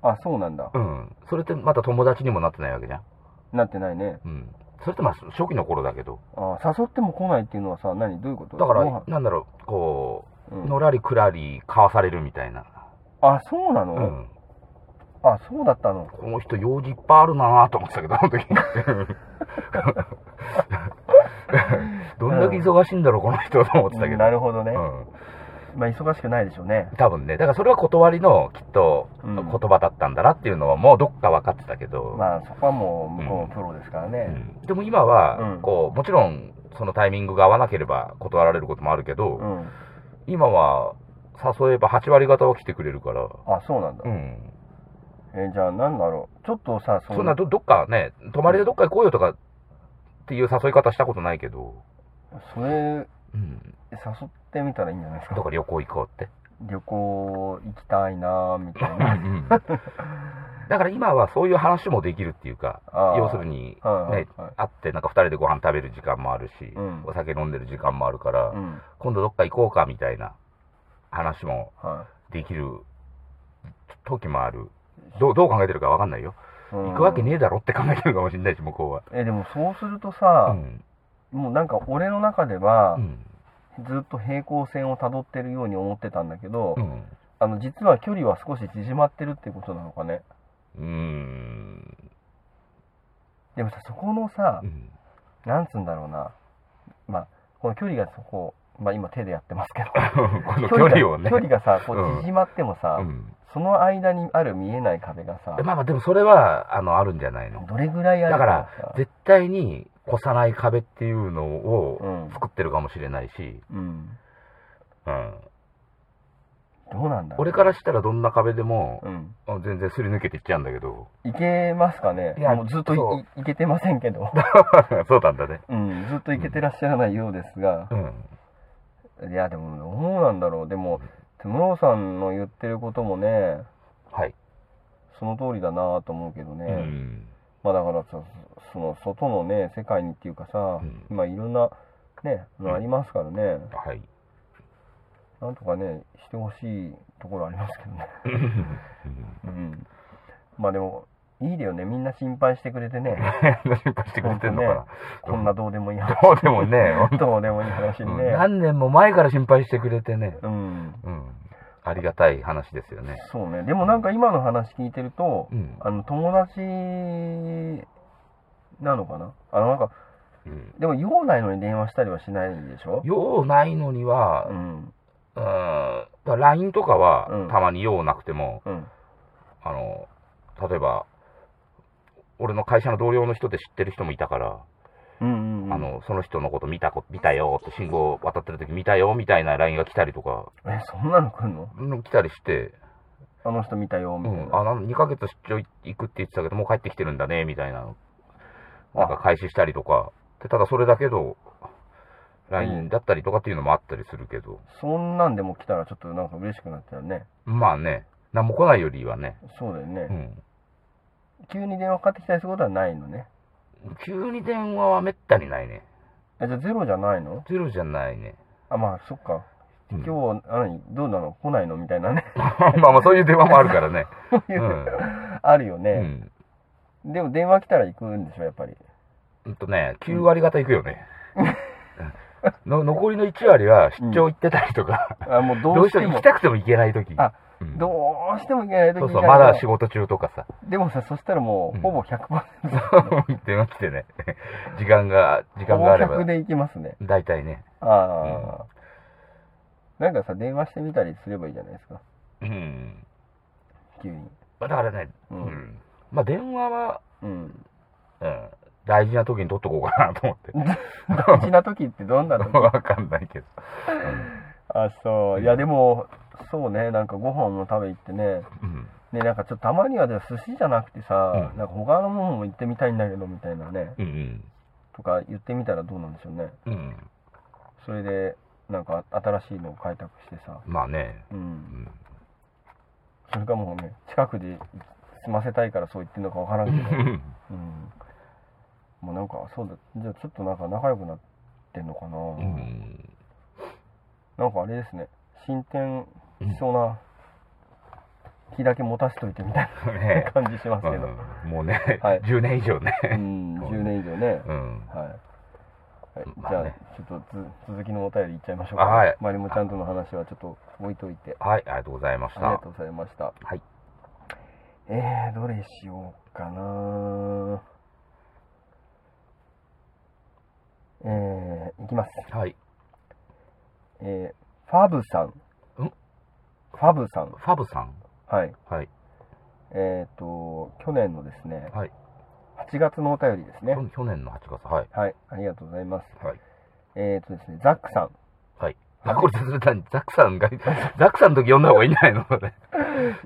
C: あそうなんだ、
B: うん、それってまた友達にもなってないわけじゃん、
C: なってないね
B: うん、それってまあ初期の頃だけど
C: あ誘っても来ないっていうのはさ何どういうこと
B: だか
C: ご飯
B: らなんだろうこ
C: う
B: う、
C: ん
B: のらりくらりかわされるみたいな、
C: あそうなの、
B: うん、
C: あそうだったの
B: この人用事いっぱいあるなと思ってたけどあの
C: (laughs)
B: 時どんだけ忙しいんだろうこの人と思ってたけど、
C: なるほどね、
B: うん
C: まあ忙しくないでしょうね
B: 多分ねだからそれは断りのきっと
C: うん
B: 言葉だったんだなっていうのはもうどっか分かってたけど、
C: まあそこはもう向こうもプロですからね
B: うんでも今は、
C: うん
B: こうもちろんそのタイミングが合わなければ断られることもあるけど、
C: うん、
B: 今は誘えば8割方は来てくれるから、
C: あそうなんだ、
B: うん、
C: えじゃあ何だろうちょっとさその
B: そんなどどっかね泊まりでどっか行こうよとかっていう誘い方したことないけど、
C: それ
B: うん、
C: 誘ってみたらいいんじゃないです
B: だ
C: か
B: から旅行行こうって、
C: 旅行行きたいなーみたい
B: うん (laughs)
C: な
B: うんだから今はそういう話もできるっていうか
C: あー
B: 要するに、ね
C: はいはいはい
B: 会ってなんか2人でご飯食べる時間もあるし、
C: うん
B: お酒飲んでる時間もあるから、
C: うん
B: 今度どっか行こうかみたいな話も
C: は
B: できる時もあるどうどう考えてるか分かんないよ、
C: いうん
B: 行くわけねえだろって考えてるかもしれないし向こうは
C: えでもそうすると
B: う
C: さ、
B: ん
C: もうなんか俺の中では
B: う、ん
C: ずっと平行線をたどってるように思ってたんだけど、
B: うん
C: あの実は距離は少し縮まってるってことなのかね
B: うーん
C: でもさそこのさ
B: うん
C: なんつうんだろうなまあこの距離がそこまあ今手でやってますけ
B: (laughs)
C: ど
B: この距離をね
C: 距離が距離がさこ
B: うん
C: う縮まってもさ、
B: うん
C: その間にある見えない壁がさ
B: まあまあでもそれはあのあるんじゃないの
C: どれぐらいある
B: だから
C: さ
B: 絶対に越さない壁っていうの
C: う
B: を
C: ん、
B: 作ってるかもしれないし、
C: うん、
B: うん、
C: どうなんだろう
B: 俺からしたらどんな壁でも
C: うん
B: あ全然すり抜けていっちゃうんだけど (laughs)
C: いけますかね
B: いや
C: もうずっとい
B: そう
C: いいけてません
B: (laughs)
C: けど、
B: そうなんだね
C: うん、ずっといけてらっしゃらないようですが
B: う、ん
C: いやでもどうなんだろうでもトゥムローさんの言ってることもね
B: はい、
C: その通りだなと思うけどね、
B: うん
C: まあだからさその外のね世界にっていうかさ、
B: うん
C: 今いろんなね
B: うん
C: のありますからね、
B: はい (laughs)
C: なんとかねしてほしいところありますけどね、うん、まあでもいいだよねみんな心配してくれてね
B: (laughs) 心配してくれてんのかな、
C: こんなどうでもいい話
B: どうでもね、本
C: (laughs) どうでもいい話
B: 当
C: に
B: に
C: ね、
B: 何年も前から心配してくれてね、
C: うん、
B: うん、ありがたい話ですよね。
C: そうねでもなんか今の話聞いてると、
B: うん
C: あの友達なのかなあのなんか
B: うん、
C: でも用ないのに電話したりはしないでしょ
B: 用ないのには
C: う、ん
B: うん、だから LINE とか
C: う
B: は
C: ん
B: たまに用なくても、
C: うん。
B: あの、例えば、俺の会社の同僚の人で知ってる人もいたから、
C: うんうんうん。
B: あ、の、その人のこと見たこ見たよって信号渡ってる時見たよみたいな LINE が来たりとか、
C: え、そんなの来んの
B: うん来たりして、
C: あの人見たよ、み
B: う
C: たい
B: ん、
C: な。
B: あなん2ヶ月出張行くって言ってたけど、もう帰ってきてるんだねみたいなの、なんか開始したりとか、でただそれだけど、LINE だったりとかっていうのもあったりするけど、
C: そんなんでも来たらちょっとなんか嬉しくなったよね。
B: まあね、何も来ないよりはね、
C: そうだよ
B: う
C: ね。
B: ん、
C: 急に電話かかってきたりすることはないのね。
B: 急に電話はめったにないね、
C: え、じゃあゼロじゃないの
B: ゼロじゃないね。
C: あ、まあ、そっか。
B: うん
C: 今日、あ何どうなの来ないのみたいなね。
B: (laughs) まあまあそういう電話もあるからね。。
C: そういううん (laughs) あるよ
B: う
C: ね。
B: ん。
C: でも電話来たら行くんでしょ、やっぱり。
B: うんとね、9割方行くよね。の残りの1割は出張行ってたりとか、
C: あ、もうど
B: ど
C: う
B: うし
C: してて
B: も行
C: も
B: き。たくても行けないとき。
C: あ
B: うん
C: どうしても行けない時
B: そう
C: に
B: そう、まだ仕事中とかさ、 (laughs)
C: でもさ、そしたらも
B: う
C: う、
B: ん
C: ほぼ100%、
B: 電話来てね、時間が、時間
C: ほぼ
B: があれ
C: 100
B: ば、
C: で行きますね。
B: 大体ね、
C: ああ、なんかさ、電話してみたりすればいいじゃないですか。
B: うん。
C: 急に。
B: まあだからね、
C: う。
B: うんん。まあ電話は、
C: うん。
B: うん、大事な時に取っとこうかなと思って。
C: 大事な時ってどんな
B: (laughs)
C: 時
B: わかんないけど。
C: あ、そう。いや、でも、そうね、なんかご飯も食べ行ってね。
B: うん。
C: ね、なんかちょっとたまにはでも寿司じゃなくてさ、
B: うん
C: なんか他のものも行ってみたいんだけど、みたいなね。
B: うん
C: とか言ってみたらどうなんでしょうね。
B: うん。うん。
C: それで、なんか新しいのを開拓してさ。
B: まあね、
C: う。
B: うんん。
C: それかもうね、近くで済ませたいからそう言ってんのかわからんけど。うん、もうなんかそうだじゃあちょっとなんか仲良くなってんのかな、
B: うん
C: なんかあれですね進展しそうな気だけ持たせといてみたい
B: ね
C: な感じしますけど、
B: うんもうね、
C: はい
B: 10年以上ね。
C: うん10年以上ね、
B: うん。
C: はい、はい
B: まあ
C: じゃあ、
B: ね
C: ちょっとつ続きのお便りいっちゃいましょうか、
B: はい
C: まりもちゃんとの話はちょっと置いといて
B: はい、ありがとうございまし
C: ありが
B: た
C: と。うございました
B: はい
C: えー、どれしようかなえー、いきます
B: はい。
C: えーファブさん。
B: ん
C: ファブさん。
B: ファブさん。
C: はい。
B: はい。
C: えっ、と、去年のですね、
B: はい。
C: 8月のお便りですね。
B: 去去年の8月。はい。
C: はい。ありがとうございます。
B: はい。
C: えっ、とですね、ザックさん。
B: はい。あ、これ、絶対ザックさんが、ザックさんの時読んだ方がいいんじゃないのこれ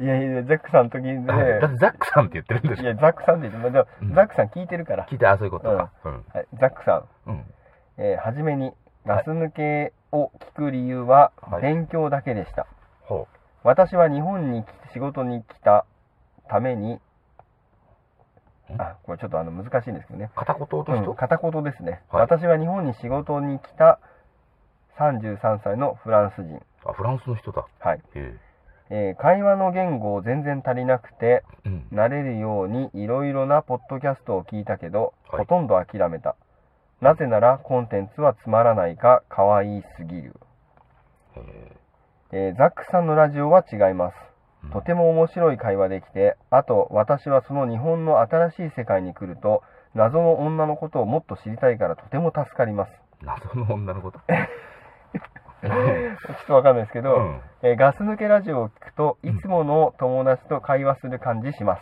C: いやいや、ザックさんの時にね、
B: だってザックさんって言ってるんで
C: い
B: しょ。
C: や、ザックさんで言って、まあでも
B: うん
C: ザックさん聞いてるから。
B: 聞いて、あ、そういうことか。うん。
C: はい、ザックさ
B: うん。
C: ん、えーはじめに、ガス抜けを聞く理由は
B: は、い
C: 勉強だけでした。
B: ほ
C: 私は日本に来仕事に来たために、あ、これちょっとあの難しいんですけどね。
B: う。片言とし
C: うん、
B: と
C: 片言ですね、
B: はい
C: 私は日本に仕事に来た33歳のフランス人、
B: あ、フランスの人だ。
C: はい
B: え
C: えー会話の言語を全然足りなくて
B: え。うん。
C: 慣れるようにいろいろなポッドキャストを聞いたけど、
B: はい
C: ほとんど諦めたなぜならコンテンツはつまらないか可愛いすぎる、
B: え
C: えーザックさんのラジオは違います
B: うん
C: とても面白い会話できてあと私はその日本の新しい世界に来ると謎の女のことをもっと知りたいからとても助かります
B: え謎の女のこと。うん
C: ちょっとわかんないですけど、
B: うん
C: えーガス抜けラジオを聞くといつもの友達と会話する感じします、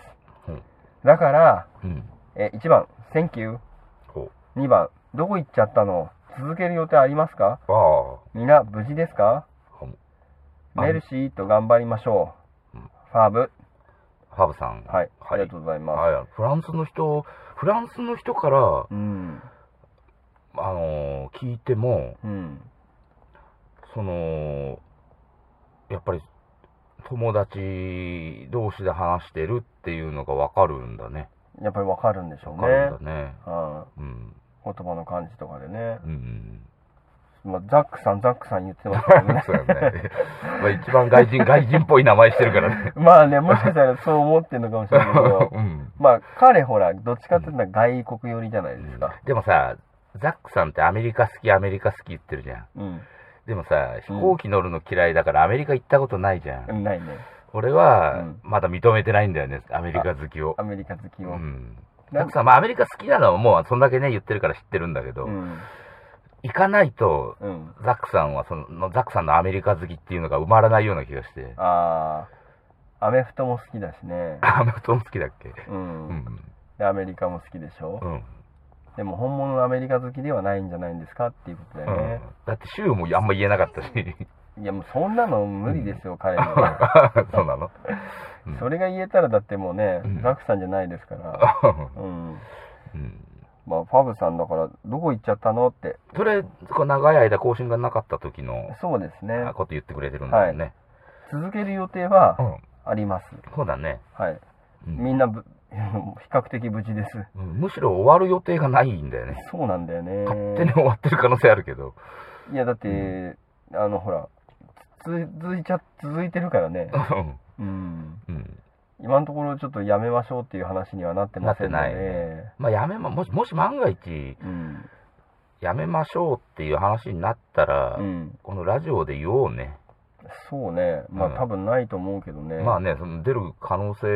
B: うん
C: だから、
B: うん。
C: えー1番「Thank you
B: ほ」
C: 2番「どこ行っちゃったの続ける予定ありますか
B: う。あ
C: みんな無事ですか
B: あ。あ
C: メルシーと頑張りましょう」
B: うん
C: ファーブ
B: ファブさん。
C: はい、あ
B: はい
C: りがとうございます、
B: はい、フランスの人、フランスの人から、
C: うん
B: あのー聞いても、
C: うん
B: その、やっぱり、友達同士で話してるっていうのがわかるんだね。
C: やっぱりわかるんでしょう
B: わ
C: ね
B: かるんだね。
C: うん
B: うん。
C: 言葉の感じとかでね、
B: うん。
C: まあ、ザックさんザックさん言ってますけどね
B: そうやね。 (laughs) まあ一番外人、外人っぽい名前してるからね。
C: (laughs) まあねもしかしたらそう思ってるのかもしれないけど
B: (laughs) うん。
C: まあ彼ほらどっちかっていうと外国寄りじゃないですか、
B: でもさ、ザックさんってアメリカ好き、アメリカ好き言ってるじゃん。
C: うん
B: でもさ、飛行機乗るの嫌いだからアメリカ行ったことないじゃん。
C: ないね
B: 俺は
C: うん
B: まだ認めてないんだよね、アメリカ好きを
C: ア。メリカ好き
B: う
C: を、
B: ん。
C: な
B: た
C: ん
B: くさん、まあ、アメリカ好きなのはもうそんだけね、言ってるから知ってるんだけど、
C: うん
B: 行かないと、
C: うん。
B: ザックさんは、その、ザックさんのアメリカ好きっていうのが埋まらないような気がして。
C: ああ、アメフトも好きだしね。
B: あ、アメフトも好きだっけ
C: う。
B: うんん。
C: でアメリカも好きでしょ、
B: うん。
C: でも本物のアメリカ好きではないんじゃないんですかっていうことだよね。
B: だって、週もあんま言えなかったし。 (laughs)
C: いやもうそんなの無理ですよ、彼には。
B: そうなのうん
C: それが言えたらだってもうね、
B: うん
C: ザックさんじゃないですから。うん。
B: うん
C: まあ、ファブさんだから、どこ行っちゃったのって。
B: それ、こう長い間更新がなかった時の
C: そうですね。
B: こと言ってくれてるんだよね。
C: 続ける予定は
B: うん。
C: あります。
B: そうだね。
C: はい。
B: うん
C: みんなぶ、 (laughs) 比較的無事です。
B: うんむしろ終わる予定がないんだよね。
C: そうなんだよね。
B: 勝手に終わってる可能性あるけど。
C: いや、だって、
B: う
C: あの、ほら、つ続いちゃ、続いてるからね
B: う。ん
C: うん。
B: うん。
C: 今のところちょっとやめましょうっていう話にはなってませんの
B: なっ
C: で、
B: てないまあ、やめま、もし、もし万が一、
C: うん。
B: やめましょうっていう話になったら、
C: うん。
B: このラジオで言おうね。
C: そうね。まあ、
B: うん
C: 多分ないと思うけどね。
B: まあね、その出る可能性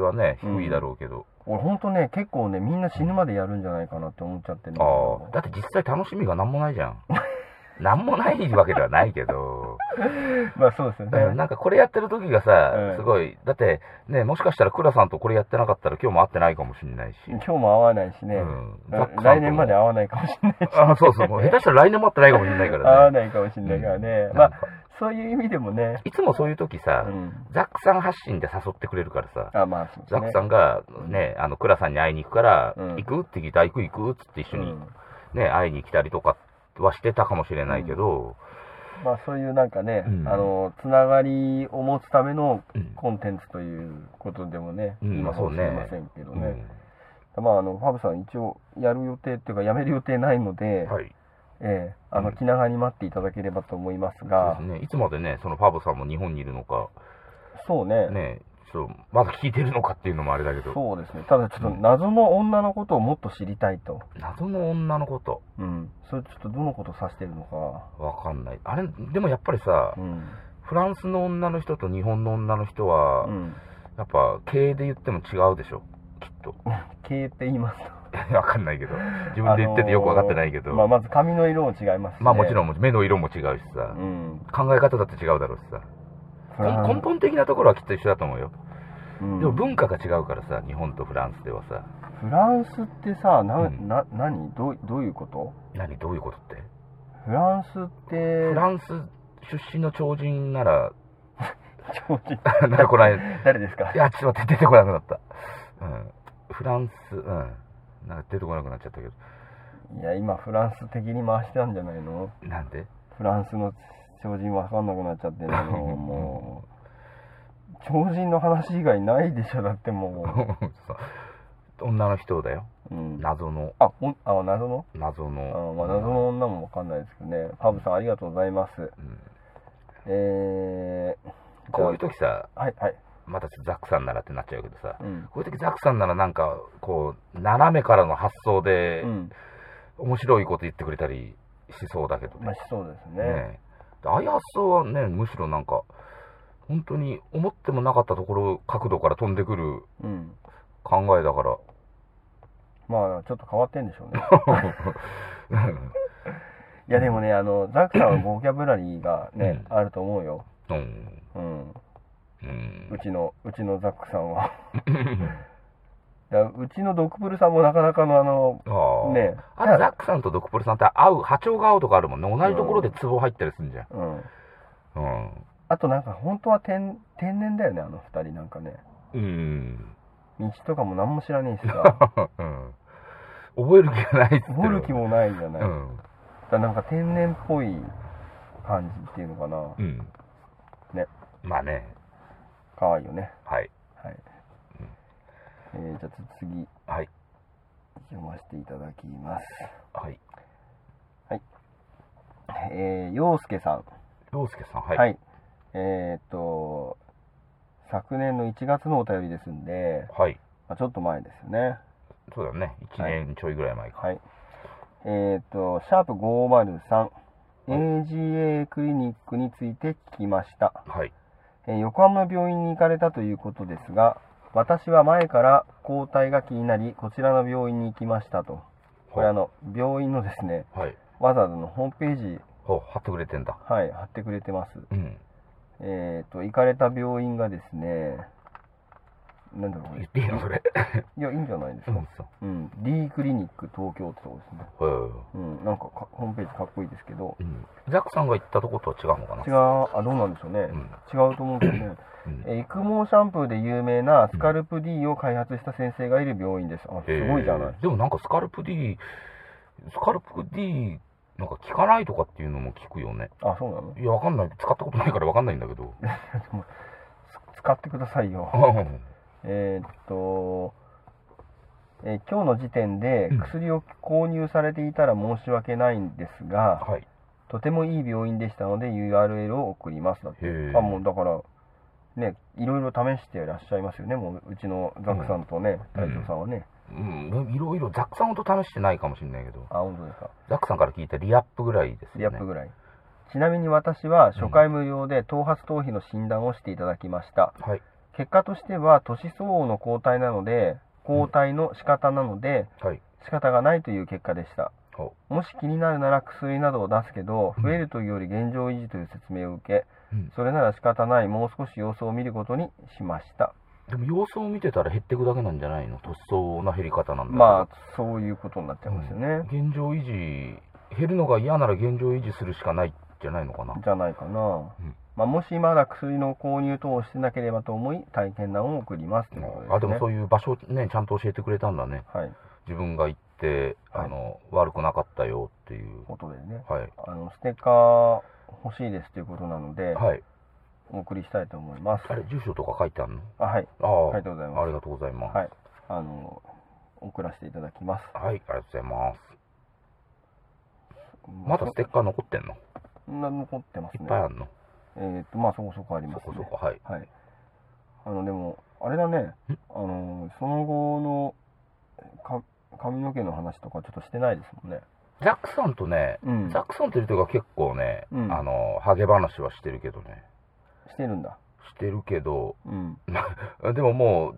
B: はね、低いだろうけど。
C: 俺ほんとね、結構ね、みんな死ぬまでやるんじゃないかなって思っちゃってるんだけ
B: あ
C: ど
B: あ、だって実際楽しみがなんもないじゃ
C: (laughs)
B: ん。なんもないわけではないけど、
C: まあそうですよね。
B: うんなんかこれやってる時が
C: う
B: さ
C: ん、
B: すごい、だってね、もしかしたら倉さんとこれやってなかったら今日も会ってないかもしれないし、
C: 今日も会わないしね。
B: うんザックさんとも
C: 来年まで会わないかもしれないし。
B: あそうそう、もう下手したら来年も会ってないかもしれないか
C: 会わ
B: らね。
C: ないかもしれないからね。
B: うん
C: ま
B: なん
C: あ
B: か、
C: そういう意味でもね。
B: いつもそういう時
C: う
B: さ、
C: ん。
B: ザックさん発信で誘ってくれるからさ、
C: あ、まあそうです
B: ザ
C: ね。
B: ックさんがね、あの、倉さんに会いに行くから、
C: うん
B: 行くって聞いたら行く行くっつって一緒
C: う
B: に
C: ん
B: ね、会いに来たりとかはしてたかもしれないけど、
C: まあそういうなんかね、
B: うん
C: あの、つながりを持つための
B: うん
C: コンテンツということでもね、
B: うん
C: 今
B: まあそう
C: もし
B: ね
C: れませんけど
B: う
C: ね。
B: ん
C: まああの、ファブさん一応やる予定っていうか、やめる予定ないので、
B: はい。
C: ええあ
B: う
C: の、
B: ん
C: 気長に待っていただければと思います
B: そうで
C: が、
B: すね、いつまでね、そのパブさんも日本にいるのか、
C: そうね。
B: ね、ちょっとまだ聞いてるのかっていうのもあれだけど、
C: そうですね。ただちょっと謎の女のことをもっと知りたいと。
B: 謎の女のこと、
C: うん。それちょっとどのことを指してるのか。
B: わかんない、あれ、でもやっぱりさ
C: う、ん。
B: フランスの女の人と日本の女の人は、
C: うん。
B: やっぱ経営で言っても違うでしょ、きっ
C: (laughs)
B: と。
C: 経営って言いますと。
B: わかんないけど、自分で言っててよくわかってないけど、
C: あのーまあ、まず髪の色も違いますし、ね。
B: まあもちろ
C: ん。
B: ん、目の色も違うしさ
C: う、ん。
B: 考え方だって違うだろうしさ、
C: フラン
B: 根本的なところはきっと一緒だと思うよ、
C: うん
B: でも文化が違うからさ、日本とフランスではさ、
C: フランスってさ、な、
B: うん
C: な、何どう、どういうこと
B: 何、どういうことって
C: フランスって、
B: フ
C: (laughs)
B: ランス出身の超人なら、 (laughs)
C: 超
B: な
C: 人
B: んかこの間、
C: 誰ですか
B: いや、ちょっと待って、出てこなくなった。うん。フランス、うん。なんか出てこなくなっちゃったけど、
C: いや、今フランス的に回してたんじゃないの
B: なんで (laughs)
C: フランスの超人わかんなくなっちゃってんだけど、もう。超人の話以外ないでしょ、だっても
B: そう女の人だよ。 (laughs)
C: う。うん。
B: 謎の、
C: あ、おあ、謎の
B: 謎
C: あ
B: の。
C: まあ、謎の女もわかんないですけどね。ファブさん、ありがとうございます。
B: うん
C: えー、
B: こういう時さ、
C: はい、はい。
B: またちょっとザックさんならってなっちゃうけどさ、
C: うん。
B: こういう時ザックさんならなんか、こう、斜めからの発想で
C: う、ん。
B: 面白いこと言ってくれたりしそうだけどね
C: まあ、しそうですね。
B: ねえ、ああいう発想はね、むしろなんか、本当に思ってもなかったところ、角度から飛んでくる
C: うん。
B: 考えだから、
C: まあ、ちょっと変わってんで
B: (laughs)
C: しょうね。
B: うん
C: いや、でもね、あの、ザックさんはボキャブラリーがね、あると思うよ。
B: (laughs) うん、
C: うん。
B: うん
C: (laughs) うちの、うちのザックさんは。だうちのドクプルさんもなかなかのあの、
B: ああ、
C: ね
B: あれ、ザックさんとドクポルさんって合う、波長が合うとかあるもんね、同じところでツボ入ったりするんじゃん。
C: うん。
B: うん
C: あとなんか、本当は天、天然だよね、あの二人なんかね。
B: うん、
C: 道とかも何も知らねえしさ。
B: (laughs) うん覚える気がないっつって
C: 掘る気もないじゃない。
B: う
C: だか
B: ん、
C: らなんか天然っぽい感じっていうのかな
B: う。ん、
C: ね、
B: まあね、
C: 可愛いよね。
B: はい、
C: はい。えー、じゃあ次、
B: はい、
C: 読ませていただきます。
B: はい、
C: えー、洋介さん。
B: 洋介さん、はい、
C: はい。えーっと、昨年の1月のお便りですんで、
B: はい、
C: まあ、ちょっと前ですよね。
B: そうだね、1年ちょいぐらい前か。
C: はい。えーっと、シャープ503。AGA クリニックについて聞きました、
B: はい、
C: えー横浜の病院に行かれたということですが私は前から抗体が気になりこちらの病院に行きましたとこれあの病院のですね
B: はい、
C: おわざわざのホームページ、
B: ほう貼ってくれてんだ。
C: はい、貼ってくれてます。
B: うん。
C: えっ、と、行かれた病院がですね、なんだろうこれ
B: 言っていいのそれ。
C: いや、いいんじゃないです
B: う
C: か。
B: ん、そう。
C: うん、D クリニック東京ってとこですね。
B: へー
C: うん、なんかかホームページかっこいいですけど、
B: うん。ザクさんが言ったとことは違うのかな
C: 違う、あ、どうなんでしょうね。
B: うん。
C: 違うと思うんですよね。
B: うん。
C: え育毛シャンプーで有名なスカルプ D を開発した先生がいる病院です。あ、すごいじゃない
B: へ。ーでもなんかスカルプ D、スカルプ D、なんか効かないとかっていうのも聞くよね。
C: あ、そうなの
B: いや、わかんない。使ったことないからわかんないんだけ
C: (laughs)
B: ど。
C: つ使ってくださいよ。えーっと、えー今日の時点で
B: うん
C: 薬を購入されていたら申し訳ないんですが、
B: はい。
C: とてもいい病院でしたので URL を送りますだって
B: へー
C: あもうだからねいろいろ試してらっしゃいますよねもううちのザクさんとね
B: うん
C: 隊長さんはね、
B: うん、いろいろ、ザックさんほど試してないかもしれないけど、
C: あ本当ですか
B: ザックさんから聞いたリアップぐらいです
C: リア
B: よね。
C: ップぐらい、ちなみに私は初回無料で頭髪頭皮の診断をしていただきました、
B: はい。
C: 結果としては年相応の抗体なので抗体の仕方なので、
B: はい。
C: 仕方がないという結果でした
B: ほ
C: もし気になるなら薬などを出すけど
B: うん
C: 増えるというより現状維持という説明を受け
B: う。うん。
C: それなら仕方ないもう少し様子を見ることにしました
B: でも様子を見てたら減ってくだけなんじゃないの突相な減り方なんだ
C: まあそういうことになっちゃいますよね、
B: 現状維持、減るのが嫌なら現状維持するしかないじゃないのかな。
C: じゃないかな、
B: ん
C: まあ、もしまだ薬の購入等をしてなければと思い体験談を送りますということです、ね、
B: あでもそういう場所ね、ちゃんと教えてくれたんだね。
C: はい
B: 自分が行って、
C: はい
B: あの、悪くなかったよっていう。
C: ことでね
B: はい。
C: あのステッカー欲しいですということなので、
B: はい。
C: お送りしたいと思います
B: あれ、住所とか書いてあるの
C: あはい
B: あ
C: あ
B: あ、
C: りがとうございます
B: ありがとうございます。
C: はいあの送らせていただきます
B: はい、ありがとうございます。まだステッカー残ってんの
C: な残ってます
B: い
C: ね
B: っぱいあんの
C: えーっとまあそこそこあり
B: そ
C: ます
B: こ
C: ね
B: そこ、はい。
C: はいあのでもあれだねあのその後のか髪の毛の話とかちょっとしてないですもんね
B: ザックさんとね、
C: うん
B: ザックさんといるとが結構ね、
C: うん
B: あの、ハゲ話はしてるけどね。
C: してるんだ
B: してるけど、
C: うん
B: でもも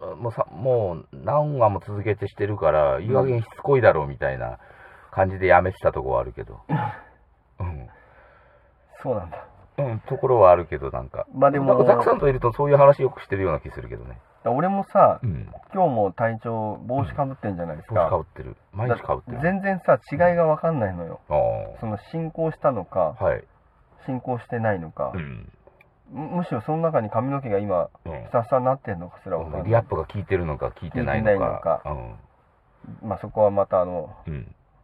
B: う、もうさもう何話も続けてしてるから、いい加減しつこいだろうみたいな感じでやめてたとこはあるけど。うん。
C: そうなんだ
B: うん、ところはあるけど、なんか。
C: まあで
B: なん
C: も
B: かザックさんといるとそういう話よくしてるような気するけどね。
C: 俺もさ
B: うん。
C: 今日も体調帽子かぶってんじゃないです
B: 帽子か
C: か
B: ぶってる。毎日かぶってる。
C: 全然さ違いが分かんないのよ
B: あ
C: その進行したのか
B: あ。はい。
C: 進行してないのか
B: う、ん。
C: むむしろその中に髪の毛が今
B: うん
C: ふ。さふさになってるのかすら分かん
B: リ
C: な
B: ア
C: い
B: ッ、プが効いてるのか効いてないのか。
C: まあ、そこはまたあの
B: うん。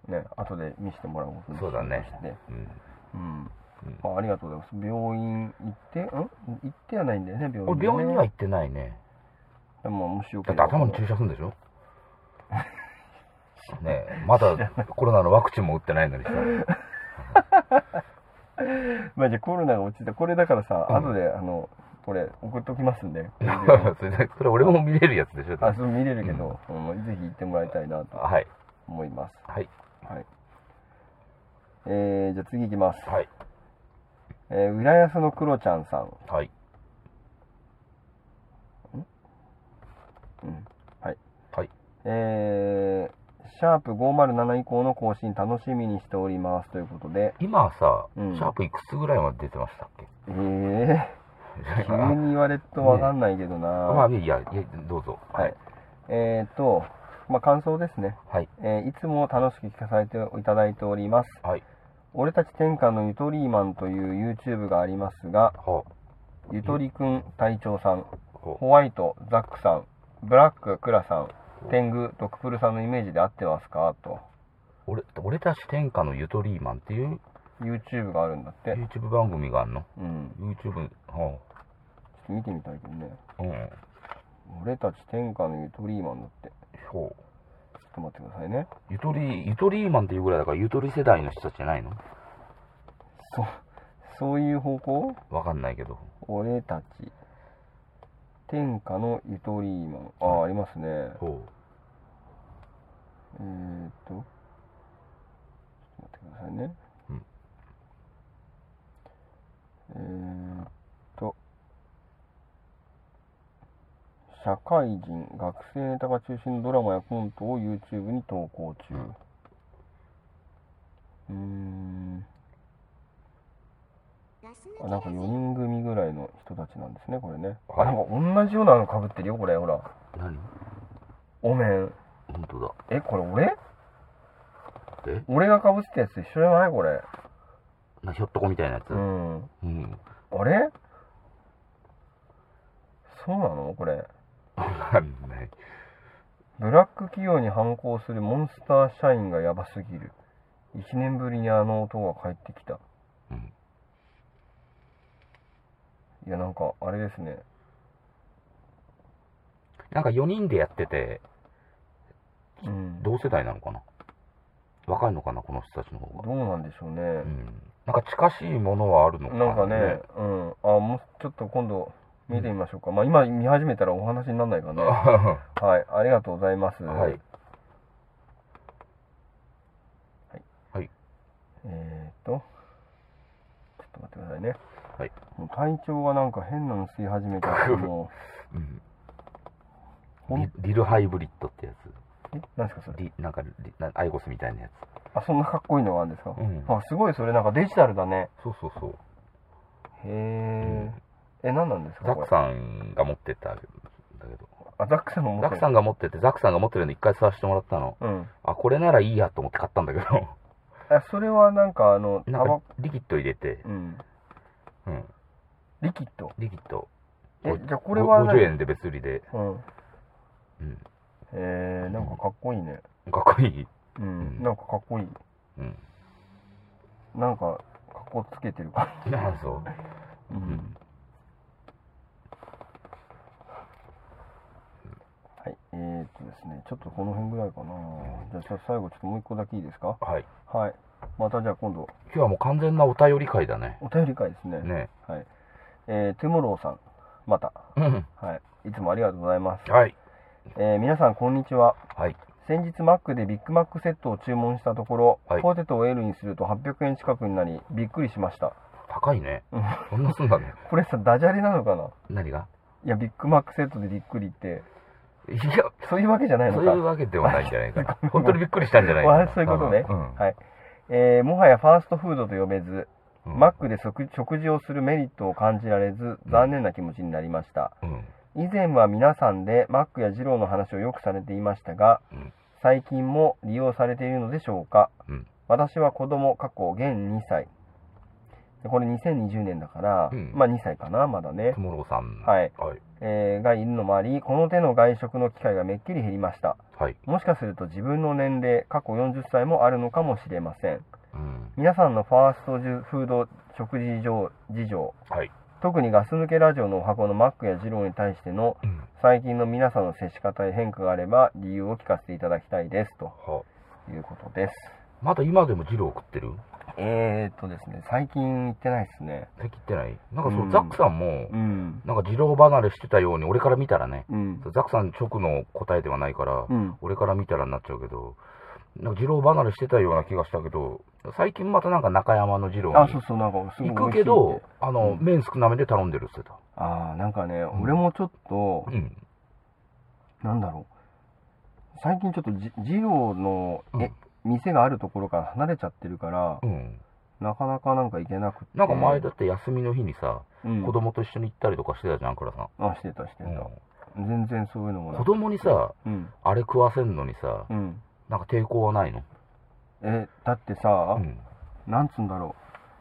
B: うん。
C: ね後で見せてもらおうことに
B: そうだね
C: して、
B: うん。
C: うん
B: うん
C: まあ、ありがとうございます病院行ってん行ってはないんだよね病院、ね、
B: 俺、病院には行ってないね。
C: でももしよけ
B: だっ
C: れ
B: て
C: ば
B: 頭に注射するんでしょねえ、まだコロナのワクチンも打ってないのにさ。
C: まあじゃあコロナが落ちてこれだからさ、
B: うん
C: 後であのこれ送っときますんで
B: (laughs) それでそれ俺も見れるやつでしょ。
C: あそう見れるけど、うんぜひ行ってもらいたいなと
B: はい。
C: 思います
B: はい。
C: はいえー、じゃあ次行きます、
B: はい。
C: えー、浦安のクロちゃんさん
B: はい。
C: うんはい。
B: はい。
C: えー、シャープ507以降の更新楽しみにしておりますということで、
B: 今さ、シ
C: うん
B: ャープいくつぐらいまで出てましたっけ
C: えー、急に言われるとわかんないけどな、
B: まあ、いやいや、いやどうぞ。
C: はい。。えーと、まあ、感想ですね。
B: はい。
C: えーいつも楽しく聞かされていただいております。
B: はい。
C: 俺たち天下のゆとりーマンという YouTube がありますが、
B: は
C: ゆとりくん隊長さん、
B: ほ
C: ホワイトザックさん、ブラッククラさん、天狗ドクプルさんのイメージで合ってますかと。
B: 俺俺たち天下のゆとりーマンっていう
C: YouTube があるんだって。
B: YouTube 番組があるの
C: うん、
B: ?YouTube、は
C: ちょっと見てみたいけどね。
B: あ、うん。
C: 俺たち天下のゆとりーマンだって。
B: ほう。
C: ちょっと待ってくださいね。
B: ゆとり、ゆとりーマンっていうぐらいだから、ゆとり世代の人たちじゃないの
C: そ、そういう方向
B: わかんないけど。
C: 俺たち。天下のゆとりーマン。ああ、ありますね。
B: ほ
C: えーっと。ちょっと待ってくださいね。
B: うん
C: えーっと。社会人、学生ネタが中心のドラマやコントを YouTube に投稿中。うーん
D: ガス
C: あなんか4人組ぐらいの人たちなんですねこれねあ
B: はい
C: なんか同じようなのかぶってるよこれほら
B: 何
C: お面
B: 本当だ。
C: えこれ俺
B: え
C: 俺がかぶってたやつと一緒じゃないこれ
B: なひょっとこみたいなやつ。
C: うん
B: うん。
C: あれそうなのこれ
B: わかんない。
C: ブラック企業に反抗するモンスター社員がヤバすぎる1年ぶりにあの男が帰ってきた
B: うん。
C: いやなんかあれですね
B: なんか4人でやってて、
C: うんど
B: 同世代なのかな若いのかな、この人たちの方が。
C: うなんでしょう
B: う
C: ね、
B: ん。なんか近しいものはあるのか
C: なんかね、うん、あもうちょっと今度見てみましょうか、まあ今見始めたらお話にならないからねは
B: ね
C: いありがとうございます、
B: (laughs) はい。
C: えーっとちょっと待ってくださいね
B: はい
C: もう体調がなんか変なの吸い始めたけども
B: (laughs) うん
C: ほん
B: リリルハイブリッドってや
C: え何ですかそ
B: つ。
C: れ
B: リなんかリなアイゴスみたいなやつ。
C: あそんなかっこいいのがあるんですか、
B: うん
C: あすごいそれなんかデジタルだね
B: そうそうそう。
C: へえ、え何なんですか
B: ザ
C: こ
B: ッ
C: れ
B: クさんが持ってったんだけど、
C: あザックさんの持
B: ザックさんが持ってて、ザックさんが持ってるの一回触してもらったの。
C: うん
B: あ、これならいいやと思って買ったんだけど、
C: あそれはなんかあのタ
B: な
C: バ
B: んかリキッド入れて、
C: うん
B: うん、
C: リキッド
B: リキッド。
C: え
B: ご
C: じゃあこれは
B: ご
C: 何
B: 50円で別売りで、
C: うん
B: うん、
C: えー、なんかかっこいいね
B: かっこいい。
C: うん、
B: うん
C: なんかかっこいい
B: うん。
C: なんかかっこつけてるか
B: あそう。
C: ら、う
B: うんん、
C: はいえー、っとですねちょっとこの辺ぐらいかなじゃあちょっと最後ちょっともう一個だけいいですか
B: はい。
C: はいまたじゃあ今度
B: 今日はもう完全なお便り会だね。
C: お便り会ですね
B: ね。
C: はいえー、トゥモローさんまた
B: うん。
C: はいいつもありがとうございます、
B: はい。
C: えー皆さんこんにちは
B: はい。
C: 先日マックでビッグマックセットを注文したところ、
B: はい
C: ポテトを L にすると800円近くになりびっくりしました
B: 高いね
C: うん。
B: そんなすんだね。
C: これさダジャレなのかな
B: 何が
C: いやビッグマックセットでびっくりって
B: いや、
C: そういうわけじゃないの
B: そ
C: か
B: ういうわけではないんじゃないかな。本当にびっくりしたんじゃないか
C: あ
B: な。
C: そういうことね、
B: 多分うん。
C: はいえーもはやファーストフードと呼べず、
B: うん
C: マックで食食事をするメリットを感じられず残念な気持ちになりました、
B: うん。
C: 以前は皆さんでマックや二郎の話をよくされていましたが、
B: うん
C: 最近も利用されているのでしょうか、
B: うん
C: 私は子供過去現2歳これ2020年だから、
B: うん
C: まあ2歳かなまだね
B: ト、モローさん。
C: はい。
B: はい。
C: えーがいるのもありこの手の外食の機会がめっきり減りました
B: はい。
C: もしかすると自分の年齢過去40歳もあるのかもしれません
B: うん。
C: 皆さんのファーストジュフード食事上事情
B: はい。
C: 特にガス抜けラジオのお箱のマックや二郎に対しての
B: うん。
C: 最近の皆さんの接し方に変化があれば理由を聞かせていただきたいですと
B: は
C: いうことです
B: まだ今でもジロー食ってる
C: えー、っとですね最近行ってないですね
B: 最近行ってないなんかそうの
C: ん
B: ザックさんも
C: う、ん
B: なんかジロー離れしてたように、俺から見たらね、
C: うん
B: ザックさん直の答えではないから
C: う、ん
B: 俺から見たらになっちゃうけど、なんかジロー離れしてたような気がしたけど、最近またなんか中山のジロー
C: あ
B: に
C: そうそうなんかすごい
B: 行
C: 美
B: く
C: 味しい
B: け
C: って
B: ど、あの
C: う、ん
B: 麺少なめで頼んでるって言って
C: ああなんかね、
B: ん
C: 俺もちょっと
B: た。うん。
C: なんだろう最近ちょっとじ二郎の、え店があるところから離れちゃってるから
B: う、ん。
C: なかなかなんか行けなくて
B: なんか前だって休みの日にさ、
C: うん
B: 子供と一緒に行ったりとかしてたじゃん、倉さん。
C: あしてたしてた、
B: う
C: 全然そういうのも
B: ん
C: な
B: 子
C: く
B: 供にさ、
C: うん
B: あれ食わせんのにさ
C: う、ん
B: なんか抵抗はないの
C: えだってさ、
B: うん
C: なんつうんだろ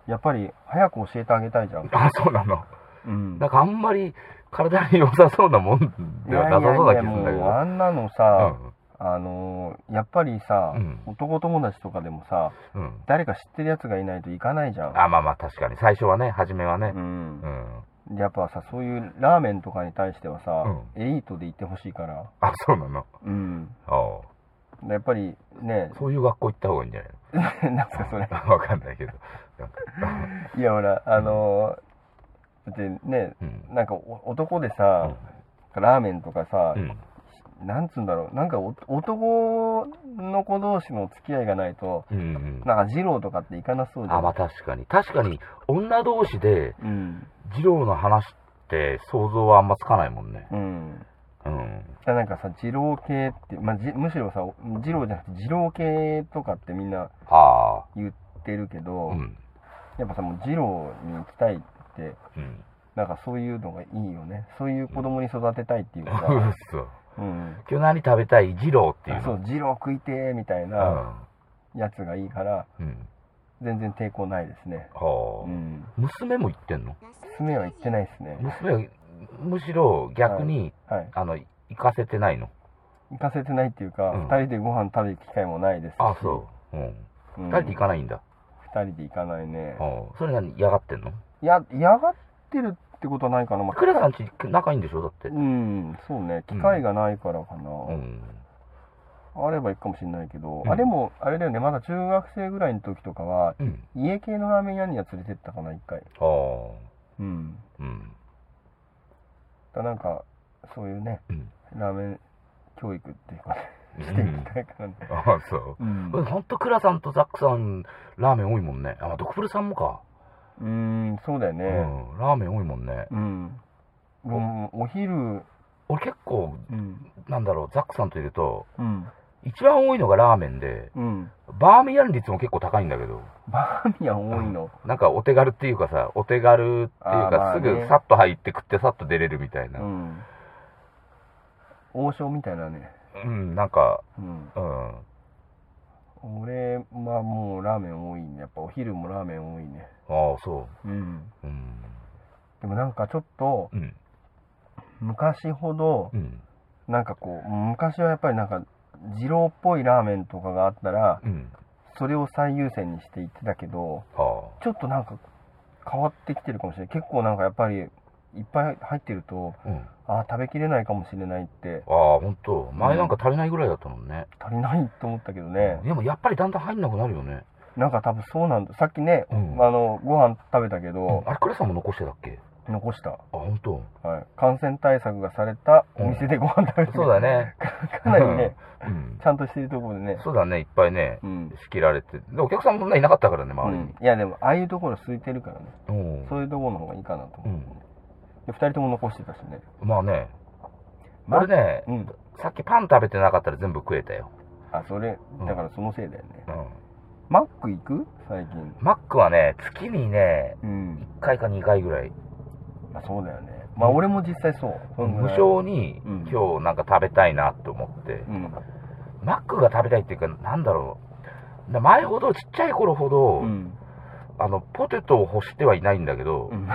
C: うやっぱり早く教えてあげたいじゃん、
B: あ、そうなの。
C: うん
B: なんかあんまり体に良さそうなもんではなさそうな気がするんだけ
C: も
B: ど
C: う。あんなのさ、あのーやっぱりさ、
B: うん
C: 男友達とかでもさ
B: うん。うん。
C: 誰か知ってるやつがいないと行かないじゃん
B: あ、まあまあ確かに。最初はね、初めはね
C: う。ん
B: う、ん。
C: やっぱさそういうラーメンとかに対してはさ、
B: う
C: エリートで行ってほしいから、
B: あ、そうなの。
C: うん、
B: あ
C: やっぱりね (laughs)
B: あそういう学校行った方がいいんじゃない
C: なんかそれ
B: の (laughs) わかんないけど。なんか
C: いやほらあのーだってね
B: うん。
C: なんかお男でさ、ラーメンとかさ、
B: うん。
C: なんつうんだろう、なんかお男の子同士の付き合いがないと、
B: うんうん。
C: なんか二郎とかって行かなそうじゃ
B: あ、
C: ん。
B: まあ確かに。確かに、女同士で、
C: うん。
B: 二郎の話って想像はあんまつかないもんね。
C: うん。
B: うん。
C: だからなんかさ、二郎系って、まあ、じむしろさ、二郎じゃなくて二郎系とかってみんな
B: ああ。
C: 言っっているけど、
B: うん。
C: やっぱさ、もう二郎に行きたいって、
B: うん。
C: なんかそういうのがいいよね。そういう子供に育てたいっていうか、
B: そう。
C: うん。
B: 今日何食べたい二郎っていう
C: そ
B: の。
C: う、二郎食いてーみたいうなやつがいいから、
B: ん。うん。
C: 全然抵抗ないですね。
B: は
C: う
B: あ、
C: ん。
B: 娘も行ってんの
C: 娘は行ってないですね。
B: 娘は、むしろ逆に、
C: はい。
B: あの、行かせてないの。
C: 行かせてないっていうか、
B: うん
C: 二人でご飯食べる機会もないですし。
B: あ、そう。うん。
C: うん。
B: 二人で行かないんだ。
C: 二人で行かないね。
B: はあ、それ何嫌がってんの
C: いや、嫌がってるってことはないかな。まあ
B: クラさんち仲いいんでしょだって。
C: うん、そうね。機会がないからかな。
B: うん。
C: あれば行くかもしれないけど、
B: うん
C: あ、でも、あれだよね。まだ中学生ぐらいの時とかは、
B: うん。
C: 家系のラーメン屋には連れてったかな、一回。
B: はあ。
C: うん。
B: うん。
C: だなんか、そういうね、
B: うん
C: ラーメン教育っていうかね、
B: う
C: してい
B: ん
C: (laughs) きたいからね。
B: あそう。
C: うん
B: うん、ほんと、クラさんとザックさん、ラーメン多いもんね。あ、まあドクプルさんもか。
C: うん、そうだよ
B: う
C: ね。
B: ん、ラーメン多いもんね。
C: うん。うん、お昼、
B: 俺結構、
C: うん、
B: なんだろう、ザックさんといると、
C: うん、
B: 一番多いのがラーメンで、
C: うん。
B: バーミヤン率も結構高いんだけど、
C: バーミヤン多いの。
B: なんかお手軽っていうかさ、お手軽っていう
C: あーま
B: か、
C: あ
B: す
C: ね
B: ぐさっと入って食ってさっと出れるみたいうな。
C: ん。王将みたいなね。
B: うん、なんか、
C: うん。
B: うん。あ
C: 俺はもうラーメン多いね。やっぱお昼もラーメン多いね。
B: あ、そ
C: うん。
B: う。うん。
C: でもなんかちょっと、
B: うん。
C: 昔ほど、
B: うん。
C: なんかこう、昔はやっぱりなんか、二郎っぽいラーメンとかがあったら、
B: うん。
C: それを最優先にしていってたけど、
B: は
C: ちょっとなんか変わってきてるかもしれない。結構なんかやっぱりいっぱい入ってると、
B: あ。うん。
C: ああ、食べきれないかもしれないって、
B: ああ、ほんと。前なんか足りないぐらいだったもんね。
C: 足りないと思ったけどね。
B: でもやっぱりだんだん入んなくなるよね。
C: なんか多分そうなんだ。さっきね、
B: うん
C: あの、ご飯食べたけど、
B: あれ、クラさんも残してたっけ
C: 残した。
B: あ、本当。
C: はい。感染対策がされたお店でご飯食べてる。
B: そうだ。ね。
C: かなりね、
B: うん
C: ち。ゃんとしてるところでね。
B: そうだね、いっぱいね、
C: うん。
B: 仕切られて。で、お客さんもそんないなかったからね、
C: う
B: 周りに
C: ん。いやでも、ああいうところ空いてるからね。。
B: うん
C: そういうところの方がいいかなと思う。で、2人とも残してたしね。
B: まあね。
C: ま
B: 俺ね、
C: うん。
B: さっきパン食べてなかったら全部食えたよ。
C: あ、それ
B: う、ん
C: だからそのせいだよね。
B: うん。
C: マック行く最近。
B: マックはね、月にね、
C: うん。
B: 1回か2回ぐらい、
C: まあ、そうだよね。まあ、俺も実際そう。そんぐ
B: 無
C: らい
B: 償に
C: うん
B: 今日なんか食べたいなと思って、
C: うん。
B: マックが食べたいっていうか、なんだろう。だ前ほど、ちっちゃい頃ほど、
C: うん。
B: あの、ポテトを欲してはいないんだけど、
C: うん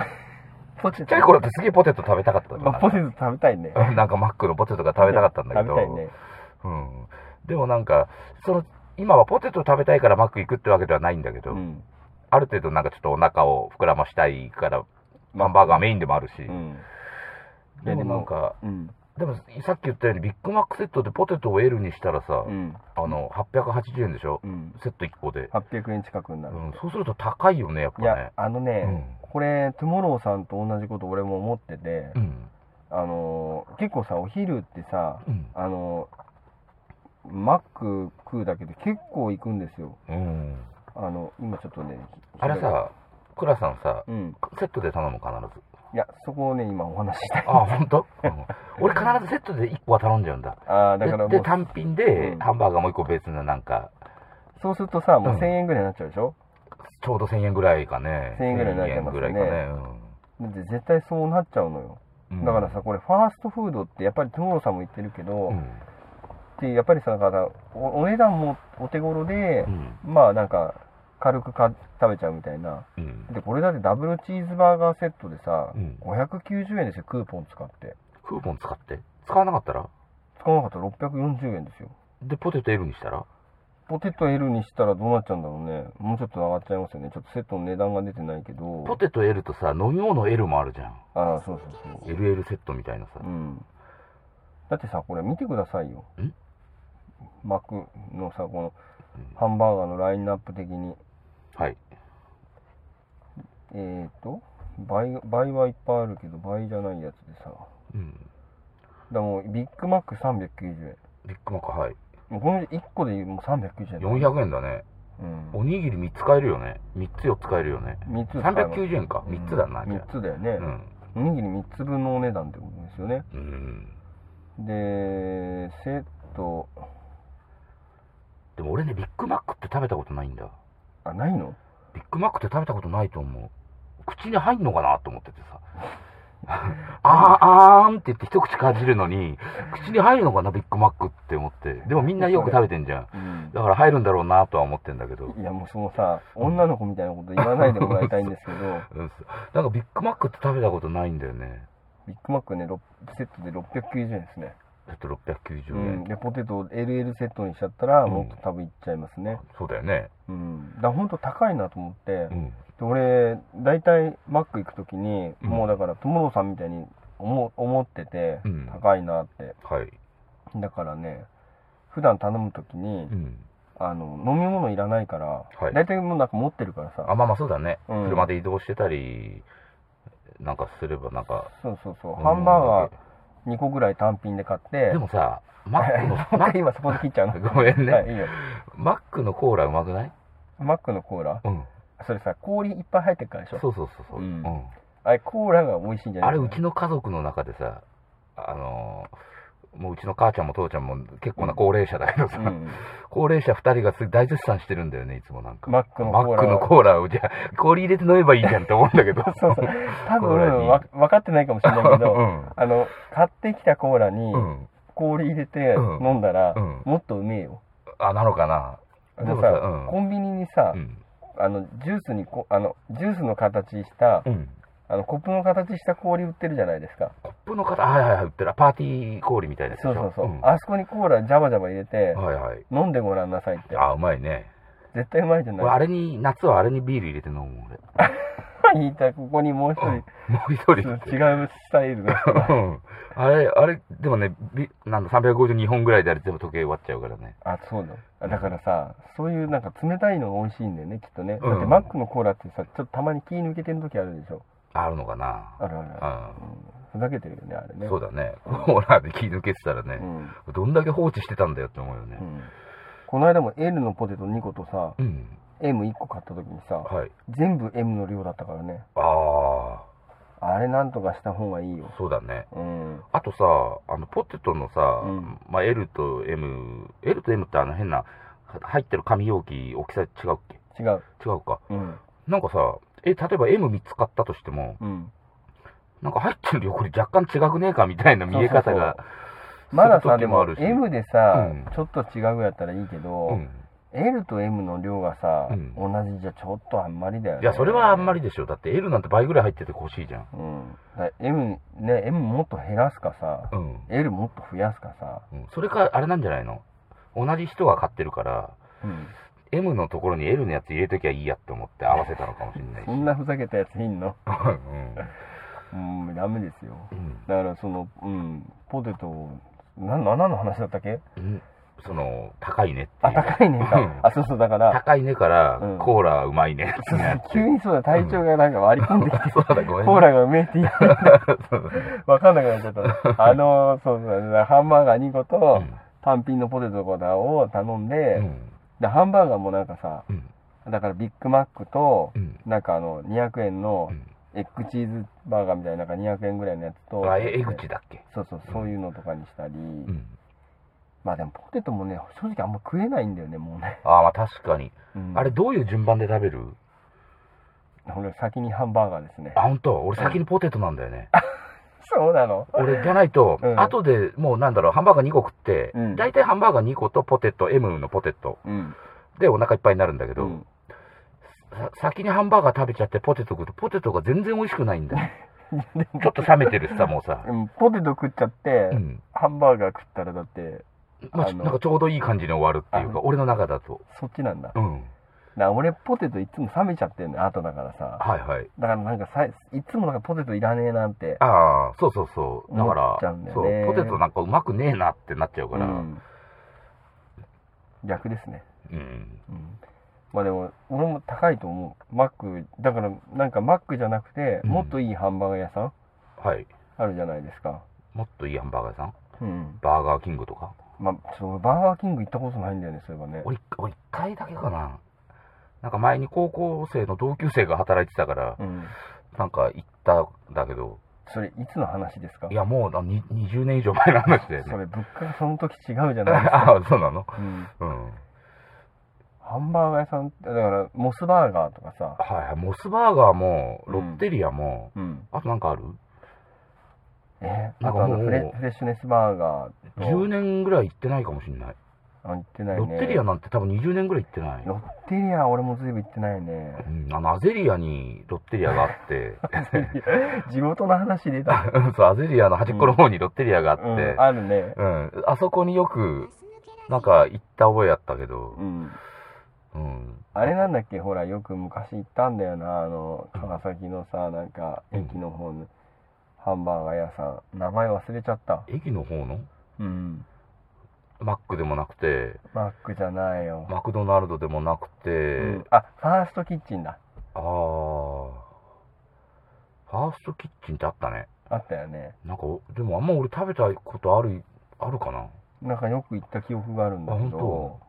C: ポテト
B: (laughs) ちっちゃい頃ってすげえポテト食べたかったの
C: まあ、ポテト食べたいね。
B: うん (laughs) なんかマックのポテトが食べたかったんだけど、
C: 食べたいね。
B: うん、でもなんかその今はポテト食べたいからマック行くってわけではないんだけど、
C: うん。
B: ある程度なんかちょっとお腹を膨らましたいからハンバーガーメインでもあるし、
C: うん。
B: でもなんか
C: うん。
B: でもさっき言ったようにビッグマックセットでポテトを L にしたらさ、
C: うん。
B: あの880円でしょ、
C: うん。
B: セット1個で、
C: 800円近くにな
B: う
C: る。
B: ん、そうすると高いよねやっぱ
C: いや
B: ね、
C: あのね、これ、トゥモローさんと同じこと俺も思ってて、
B: うんうん
C: あのー、結構さ、お昼ってさ、
B: うん
C: あのー、マック食うだけで結構行くんですよ。
B: うん
C: あの、今ちょっとね、
B: あれさクラさんさ
C: うん。
B: セットで頼む必ず
C: いや、そこをね、今お話ししたい。
B: あ、本当？うん俺必ずセットで1個は頼んじゃうんだ。
C: (laughs) ああ、だから
B: で
C: も
B: で
C: う、
B: 単品で
C: うん
B: ハンバーガーもう1個別のなんか、
C: そうするとさ、もううん1000円ぐらいになっちゃうでしょ、
B: ちょうど1000円ぐらいかね。
C: 1000円ぐらいになりますよね
B: 1000円ぐらいかね。
C: だって絶対そうなっちゃうのよ。
B: うん
C: だからさ、、これ、ファーストフードって、やっぱりトゥモローさんも言ってるけど、
B: うん。
C: でやっぱりさ、だからおお値段もお手頃で
B: う、ん。
C: まあなんか、軽くか食べちゃうみたいな。
B: うん。
C: で、これだってダブルチーズバーガーセットでさ、
B: うん
C: 590円ですよ、クーポン使って。
B: クーポン使って使わなかったら
C: 使わなかったら640円ですよ。
B: で、ポテト L にしたら
C: ポテト L にしたらどうなっちゃうんだろうね。もうちょっと上がっちゃいますよね。ちょっとセットの値段が出てないけど。
B: ポテト L とさ、飲み物 L もあるじゃん。
C: ああ、そうそうそう。
B: LL セットみたいなさ
C: う。ん。だってさ、これ見てくださいよ
B: ん。
C: マクのさ、この
B: うん
C: ハンバーガーのラインナップ的に、
B: はい。
C: えーと、倍、倍はいっぱいあるけど、倍じゃないやつでさ。だか
B: うん。
C: らもう、ビッグマック390円。
B: ビッグマック、はい。
C: もうこの1個でもう390円。
B: 400円だね。
C: うん。
B: おにぎり3つ買えるよね。3つ4つ買えるよね。
C: 3つ
B: 390円か。3つだな、じゃ
C: 3つだよね
B: あ。う。ん。
C: おにぎり3つ分のお値段ってことですよね。
B: うん。
C: で、セット、
B: でも俺ね、ビッグマックって食べたことないんだ。
C: あ、ないの
B: ビッグマックって食べたことないと思う。口に入んのかなと思ってて
C: (laughs)
B: さ。あーあーんって言って一口かじるのに、口に入るのかな、ビッグマックって思って。でもみんなよく食べてんじゃん。
C: うん
B: だから入るんだろうなとは思ってんだけど。
C: いや、もうそのさ、女の子みたいなこと言わないでもらいたいんで
B: (laughs)
C: すけど、
B: うんなんかビッグマックって食べたことないんだよね。
C: ビッグマックね、ろセットで690円ですね。
B: だって690
C: う
B: 円。
C: ん、で、ポテトを LL セットにしちゃったら、
B: うん
C: もっと多分いっちゃいますね。
B: そうだよね。
C: うん。だからほんと高いなと思って、
B: うん。
C: で俺、大体マック行くときに、
B: うん
C: もうだから、トモローさんみたいに思思ってて、
B: うん
C: 高いなって。
B: はい。
C: だからね、普段頼むときに、
B: うん。
C: あの飲み物いらないから、
B: はい
C: 大体もうなんか持ってるから
B: あ、
C: さ、
B: まあまあそうだね。
C: うん
B: 車で移動してたり、なんかすればなんか。
C: そうそうそう、ハンバーガ
B: ー
C: ー2個ぐらい単品で買って、
B: でもさ、マックの、マ
C: (laughs) なん
B: ッ
C: か今そこで切っちゃうの。
B: クごめんね。
C: はい、いいよ。
B: マックのコーラうまくない
C: マックのコーラ
B: うん。
C: それさ、氷いっぱい入ってるからでし
B: そう
C: ょ。
B: そうそうそう。う
C: う
B: んん。
C: あれ、コーラが美味しいんじゃない
B: あれ、うちの家族の中でさ、あのーもううちの母ちゃんも父ちゃんも結構な高齢者だけどさ、
C: うん、
B: 高齢者2人がす大絶賛してるんだよね、いつもなんか。
C: マックのコ
B: マ
C: ーラ
B: ックのコーラを、じゃあ、氷入れて飲めばいいじゃんって思うんだけど。
C: そうそう。多
B: コーラ
C: 分
B: に
C: わ分かってないかもしれないけど、
B: う
C: あの、買ってきたコーラに
B: ん。うん。
C: 氷入れて
B: うん
C: 飲んだら、
B: うん
C: もっとうめえよ。
B: あ、なのかな。
C: あの
B: でも
C: さ、
B: さうん
C: コンビニにさ、
B: うん。
C: あの、ジュースにこ、あの、ジュースの形した、
B: うん。
C: あの、コップの形した氷売ってるじゃないですか。
B: コップの方、はいはいはい、売ってる。パーティー氷みたいですでし
C: そ
B: ょ。
C: うそうそう。
B: んは
C: あそこにコーラジャバジャバ入れて
B: い、はい。
C: 飲んでごらんなさいって。
B: あ、うまいね。
C: 絶対うまいじゃ
B: 俺、あ
C: ない。
B: れに、夏はあれにビール入れて飲む、俺。 (laughs)
C: 言いたい、ここにもう一
B: うん
C: 人、
B: もう一人
C: 違。うスタイ
B: (laughs)
C: ルの人が。
B: うんあれ、あれ、でもね、びなんだ、352本ぐらいであれ全部時計終わっちゃうからね。
C: あ、そうだ。あだからさ、そういうなんか冷たいのが美味しいんだよね、きっとね。
B: うん
C: だってマックのコーラってさ、ちょっとたまに気抜けてる時あるでしょ。
B: あるのかな
C: あるあるある。ふざけてるよね、あれ
B: う
C: ね。
B: ん。そうだね。コーラで気抜けてたら
C: う
B: ね、
C: ん。
B: どんだけ放置してたんだよって思うよ
C: う
B: ね。
C: ん。この間も L のポテト2個とさ、
B: うん。
C: M1 個買った時にさ、
B: はい。
C: 全部 M の量だったからね。
B: あ
C: あれなんとかした方がいいよ
B: あ。、そうだね。
C: うん。
B: あとさ、あの、ポテトのさ、
C: うん
B: まあ、L と M、L と M ってあの変な、は入ってる紙容器、大きさ違うっけ
C: 違う。
B: 違うか。
C: うん。
B: なんかさ、え、例えば M3 つ買ったとしても、
C: うん。
B: なんか入ってる量これ若干違くねえかみたいな見え方が。
C: まだ
B: する
C: さ、
B: 時
C: で
B: もあ
C: も
B: るし
C: M でさ、
B: うん
C: ちょっと違うやったらいいけど、
B: うん
C: L と M の量がさ、
B: うん
C: 同じじゃちょっとあんまりだよね。
B: いや、それはあんまりでしょ。だって L なんて倍ぐらい入ってて欲しいじゃん。
C: うん。だから M、ね、M もっと減らすかさ、
B: うん。
C: L もっと増やすかさ、
B: うん、それか、あれなんじゃないの同じ人が買ってるから、
C: うん。
B: M のところに L のやつ入れときゃいいやって思って合わせたのかもしれないし。
C: そんなふざけたやついんの
B: (laughs) うん
C: うん、ダメですよ。
B: うん
C: だからその、うん、ポテトを、な、な何の話だったっけ
B: うん。その、高いねってい
C: あ、
B: う。
C: 高いね
B: う
C: か
B: ん。
C: あ、そうそう、だから、
B: 高いねから、
C: うん
B: コーラうまい
C: (laughs)
B: ねってなって。
C: 急にそうだ、体調がなんか割り込んできて、
B: そうだ、ごめんね。
C: コーラがうめえって言いながらわかんなくなっち
B: (laughs)
C: ゃった。あの、そうそう、ハンバーガー2個
B: う
C: と
B: ん、
C: 単品のポテトコーラを頼んで、
B: うん。
C: で、ハンバーガーもなんかさ、
B: うん。
C: だからビッグマックと
B: う、ん。
C: なんかあの、200円の
B: うん
C: エッグチーズバーガーみたいな、なんか200円ぐらいのやつと、
B: あ、え、江口だっけ
C: そうそう、そういうのとかにしたり、
B: うん。
C: まあでもポテトもね、正直あんま食えないんだよね、もうね。
B: ああ、まあ確かに。
C: うん
B: あれ、どういう順番で食べる
C: 俺先にハンバーガーですね
B: あ、。本当俺先にポテトなんだよね。
C: そうなの
B: (laughs) 俺じゃないと
C: う、ん
B: 後でもうなんだろう、ハンバーガー2個食って
C: うん、
B: 大体ハンバーガー2個とポテト、M のポテト
C: うん。
B: でお腹いっぱいになるんだけ
C: う
B: ど
C: ん、
B: さ先にハンバーガー食べちゃってポテト食うと、ポテトが全然美味しくないん
C: (laughs)
B: だよ。ちょっと冷めてるしさ、もうさ
C: う。んポテト食っちゃって、
B: うん。
C: ハンバーガー食ったらだって、
B: ま
C: あ
B: あ、
C: の
B: なんかちょうどいい感じに終わるっていう
C: あ
B: か、俺の中だと。
C: そっちなんだ。だか
B: うん。
C: ら俺ポテトいつも冷めちゃってんの、後だからさ。
B: はいはい。
C: だからなんかさ、いつもなんかポテトいらねえなんて。
B: ああ、そうそうそう。だか
C: 思っ
B: ら
C: ちゃうんだ、よ
B: そ
C: ね
B: う、ポテトなんかうまくねえなってなっちゃうから、
C: うん逆ですね。
B: うん。
C: うんまあでも、俺も高いと思う。マック、だからなんかマックじゃなくて、
B: うん
C: もっといいハンバーガー屋さん
B: はい。
C: あるじゃないですか。
B: もっといいハンバーガー屋さん
C: うん。
B: バーガーキングとか
C: まあ、そう、バーガーキング行ったことないんだよね、そういえばね。
B: 俺、俺一回だけかな。なんか前に高校生の同級生が働いてたから、
C: うん。
B: なんか行ったんだけど、
C: それ、いつの話ですか
B: いやもうなに20年以上前の話だよ
C: そ
B: ね。 (laughs)
C: れ、物価がその時違うじゃないですか。
B: ああ、そうなの
C: うん。
B: うん。
C: ハンバーガー屋さんって、だから、モスバーガーとかさ、
B: はいはい。モスバーガーも、ロッテリアも、
C: うん。
B: あとなんかある
C: え
B: な
C: あ
B: んか
C: とあ
B: もう
C: のフレ、フレッシュネスバーガー
B: ?10
C: と、
B: 年ぐらい行ってないかもしれない。
C: あ、行ってない
B: ロ
C: ね。
B: ッテリアなんて多分20年ぐらい行ってない。
C: ロッテリア、俺もずいぶん行ってないね。
B: (laughs) うん、あの、アゼリアにロッテリアがあって、 (laughs)
C: 地元の話出た。
B: そう、アゼリアの端っこの方にロッテリアがあって、
C: うん、あるね。
B: うん、あそこによく、なんか行った覚えやったけど
C: う、ん。
B: うん。
C: あれなんだっけ、ほら、よく昔行ったんだよな、あの、川崎のさ、なんか、駅の方の、ハンバーガー屋さん。名前忘れちゃった。
B: 駅の方の
C: うん。
B: マックでもなくて、
C: マックじゃないよ。
B: マクドナルドでもなくて、
C: うんあ、ファーストキッチンだ。
B: あー、ファーストキッチンってあったね。
C: あったよね。
B: なんか、おでもあんま俺食べたことある、あるかな
C: なんかよく行った記憶があるんだけ
B: あ本
C: ど。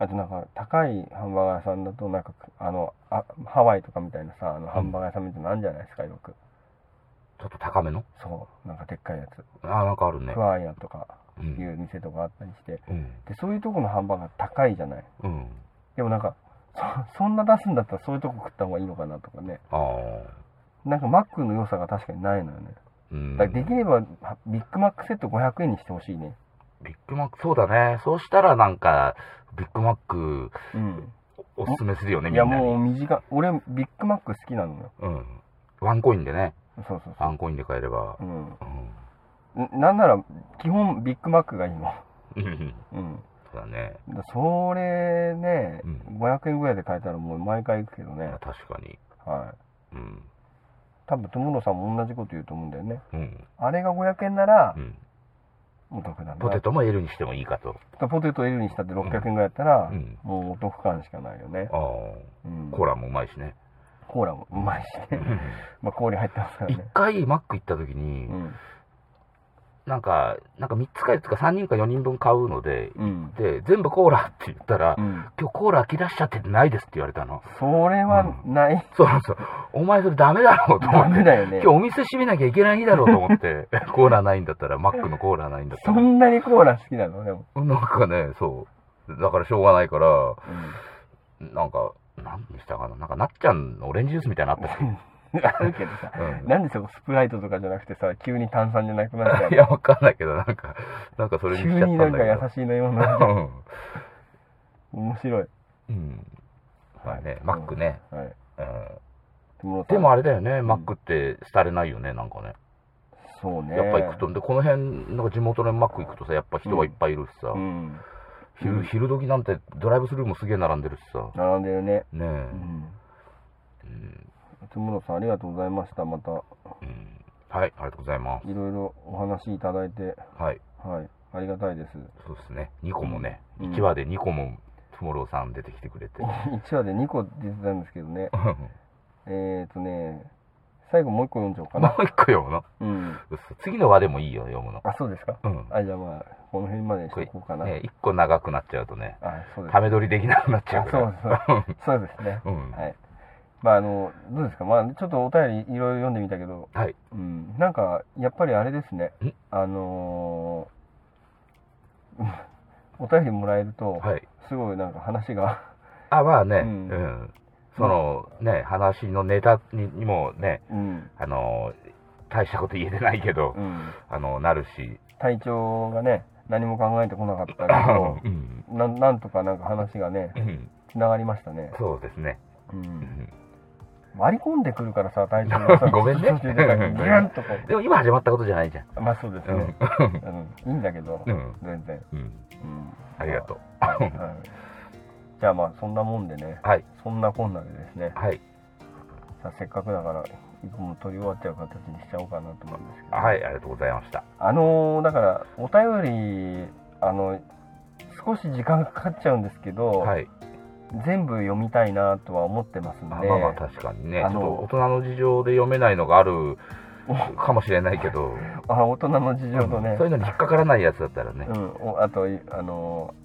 C: あとなんか高いハンバーガー屋さんだとなんかあのあハワイとかみたいなさあのハンバーガー屋さんみたいなのあるんじゃないですかよく
B: ちょっと高めの
C: そうなんかでっかいやつ
B: あー、なんかあるね
C: ク。ワイアとか
B: う
C: い
B: ん。
C: う店とかあったりして
B: うん。
C: でそういうとこのハンバーガー高いじゃない
B: うん。
C: でもなんかそそんな出すんだったらそういうとこ食った方がいいのかなとかね
B: あー。
C: なんかマックの良さが確かにないのよね
B: うん
C: だからできればはビッグマックセット500円にしてほしいね
B: ビッグマック、そうだね。そうしたらなんか、ビッグマック
C: うん
B: おすすめするよね、
C: い
B: みん
C: や
B: なに。
C: もう短俺ビッグマック好きなのよ
B: うん。ワンコインでね。
C: そうそうそ
B: ワ
C: う
B: ンコインで買えれば。
C: うん
B: うん。
C: んなんなら基本ビッグマックがいいの。 (laughs)
B: うん。
C: うん。
B: そうだね。
C: だそれね、
B: うん
C: 500円ぐらいで買えたらもう毎回行くけどね。
B: 確かに。
C: はい。
B: うん。
C: 多分友野さんも同じこと言うと思うんだよね。
B: うん。
C: あれが500円なら
B: う、ん。
C: お得だな。
B: ポテトも L にしてもいいかと。
C: ト。ポテト L にしたって600円ぐらいやったら、
B: うん。
C: もうお得感しかないよね
B: あ。あ。
C: うん、
B: コーラもうまいしね。
C: コーラもうまいしね。 (laughs) まあ氷入ってますから
B: 一
C: ね。
B: 回マック行った時
C: う
B: に、
C: ん。
B: なんか、なんか3つか4つか3人か4人分買うので、
C: うん。
B: で、全部コーラって言ったら、
C: うん。
B: 今日コーラ切らしちゃってないですって言われたの。
C: それはない。
B: そうなんですよ。お前それダメだろうと思
C: ダ
B: って
C: メ。だよね
B: 今日。お店閉めなきゃいけない日だろうと思
C: (laughs)
B: って、コーラないんだったら、マックのコーラないんだった
C: そ
B: ら。
C: んなにコーラ好きなのでも。
B: なんかね、そう。だからしょうがないから、
C: うん
B: なんか、何にしたかな。なんか、なっちゃんのオレンジジュースみたいなのあっ
C: (laughs)
B: たし。
C: あるけどさ、
B: うん
C: なんでそこスプライトとかじゃなくてさ、急に炭酸じゃなくなっ
B: い
C: ちゃ
B: や、わかんないけど、なんか、なんかそうれにしちゃっ
C: 急
B: た
C: に
B: ん
C: な
B: だ
C: ん
B: け
C: か
B: ど。
C: 優しいの今の。面白い。
B: うん。うん。まあね、マックね。
C: はい。
B: うん
C: 友野さん
B: でもあれだよね、マックって廃れないよね、なんかね。
C: そうね。
B: やっぱ行くと、で、この辺、なんか地元のマック行くとさ、やっぱ人はいっぱいいるしさ
C: う、ん。
B: 昼、昼時なんてドライブスルーもすげえ並んでるしさ、
C: 並んでるね。
B: ね
C: う
B: え。
C: ん。
B: うん
C: 友野さんありがとうございました。また、い
B: うんはい、ありがとうございます。
C: ろいろお話いただいて、
B: はい、
C: はい。ありがたいです。
B: そうですね。2個もね、
C: うん (laughs)
B: 1話で2個もトゥモローさん出てきてくれて。
C: 1話で2個出てたんですけどね。えーとね、最後もう1個読んじゃおう
B: (laughs)
C: か
B: も (laughs)
C: な。
B: う1個読むの
C: うん。
B: 嘘次の話でもいいよ、読むの。
C: あ、そうですか。
B: うん。
C: あ、じゃあまあ、この辺までにしとこうかな。
B: ね、1個長くなっちゃうとね、
C: あ、そうです
B: た。め撮りできなくなっちゃ
C: あ
B: うか
C: そ
B: ら。
C: うそうそうですね。
B: うん。
C: はい。まああのどうですか。まあちょっとお便りいろいろ読んでみたけど、
B: はい。
C: うん、なんかやっぱりあれですね
B: ん。
C: あのー (laughs) うんお便りもらえると、
B: はい。
C: すごいなんか話が、 (laughs)
B: あ、まあね、う
C: うんん。
B: その、ね、話のネタににもね、
C: うん、
B: あのー、大したこと言えてないけど
C: う、ん、
B: あの、なるし、
C: 体調がね何も考えてこなかったけ
B: (laughs) うん。
C: ど、なんなんとかなんか話がね
B: うん
C: つながりましたね。
B: そうですね。
C: う、
B: うんん
C: 割り込んでくるからさ体調がさ
B: (laughs) ごめ
C: (laughs)
B: んね
C: 途中でさギュンとこ
B: (laughs) でも今始まったことじゃないじゃん。
C: うまあそうです
B: う
C: ね
B: ん。。
C: うん、いいんだけど、
B: うん。
C: 全然。
B: うん。
C: うん
B: ありがとう。
C: はいじゃあまあそんなもんでね
B: はい。
C: そんなこんなでですね
B: はい。
C: さあせっかくだから一個も取り終わっちゃう形にしちゃおうかなと思うんですけど、
B: はい。ありがとうございました。
C: あのーだからお便りあの少し時間がかかっちゃうんですけど、
B: はい。
C: 全部読みたいなとは思ってますん
B: まあ
C: で、
B: まあ確かにね、
C: あ
B: ち
C: の
B: ょっと大人の事情で読めないのがあるかもしれないけ (laughs) ど、
C: あ大人の事情とね
B: そういうのに引っかからないやつだったらね
C: う、ん、おあといあのー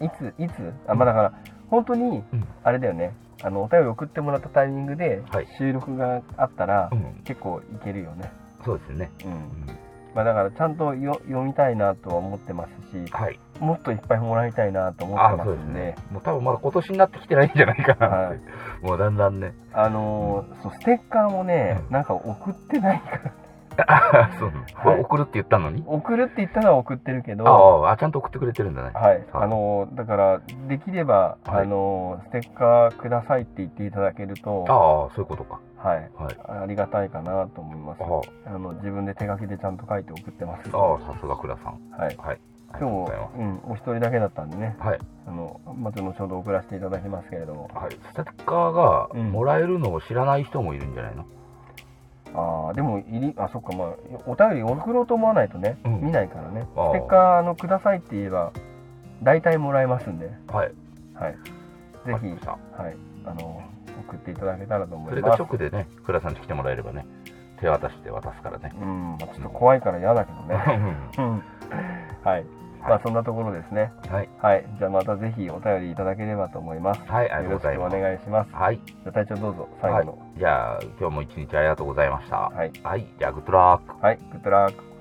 C: いついつあまあだから本当に
B: うん
C: あれだよねあのお便り送ってもらったタイミングで
B: はい
C: 収録があったら、
B: うん、
C: 結構いけるよね
B: そうですね。
C: う
B: うんん
C: まあ、だからちゃんとよ読みたいなとは思ってますし
B: はい。
C: もっといっぱいもらいたいなと思
B: あ
C: って
B: あ、
C: ま
B: そう
C: す
B: です
C: ん
B: ね
C: で。
B: もう多分まだ今年になってきてないんじゃないかなって。
C: はい
B: もうだんだんね。
C: あのーそうステッカーもね
B: う
C: なんか送ってないから (laughs)
B: (laughs) そうなの
C: はい
B: あ送るって言ったのに
C: 送るって言ったのは送ってるけど
B: あああ、ちゃんと送ってくれてるんだね。
C: はい、あのーだからできれば、
B: はい
C: あのーステッカーくださいって言っていただけると、
B: ああ、そういうことか。
C: はい、
B: はい。
C: ありがたいかなと思います
B: ああ、
C: あの自分で手書きでちゃんと書いて送ってます
B: ああさすが倉さん。
C: はい
B: はい。ありがとう
C: 今
B: ご
C: 日
B: ざいま、
C: うん、お一人だけだったんでね
B: す。はい。
C: あのまた後ほど送らせていただきますけれども
B: はい、ステッカーが
C: うん
B: もらえるのを知らない人もいるんじゃないの、
C: ああでも入りあそっかまあお便り送ろうと思わないとね、
B: うん
C: 見ないからね
B: ああ
C: ステッカーのくださいって言えば大体もらえますんで
B: はい。
C: はいぜひ
B: わかりました
C: はいあの送っていただけたらと思
B: そ
C: い
B: れ
C: ま
B: が
C: す
B: 直でね、倉さんに来てもらえればね、手渡しで渡すからね。
C: うんまあちょっと怖いから嫌だけどねうんはいまあそんなところですね
B: はい。
C: はいじゃあまたぜひお便りいただければと思います
B: はい、あり
C: よ
B: がとう
C: ろ
B: ご
C: し
B: ざいます。
C: くお願いします
B: はい。
C: じゃあ隊長どうぞ最後の
B: じゃあ、今日も一日ありがとうございました。
C: はい
B: はい。じゃあ、グッドラック。
C: はい、グッドラック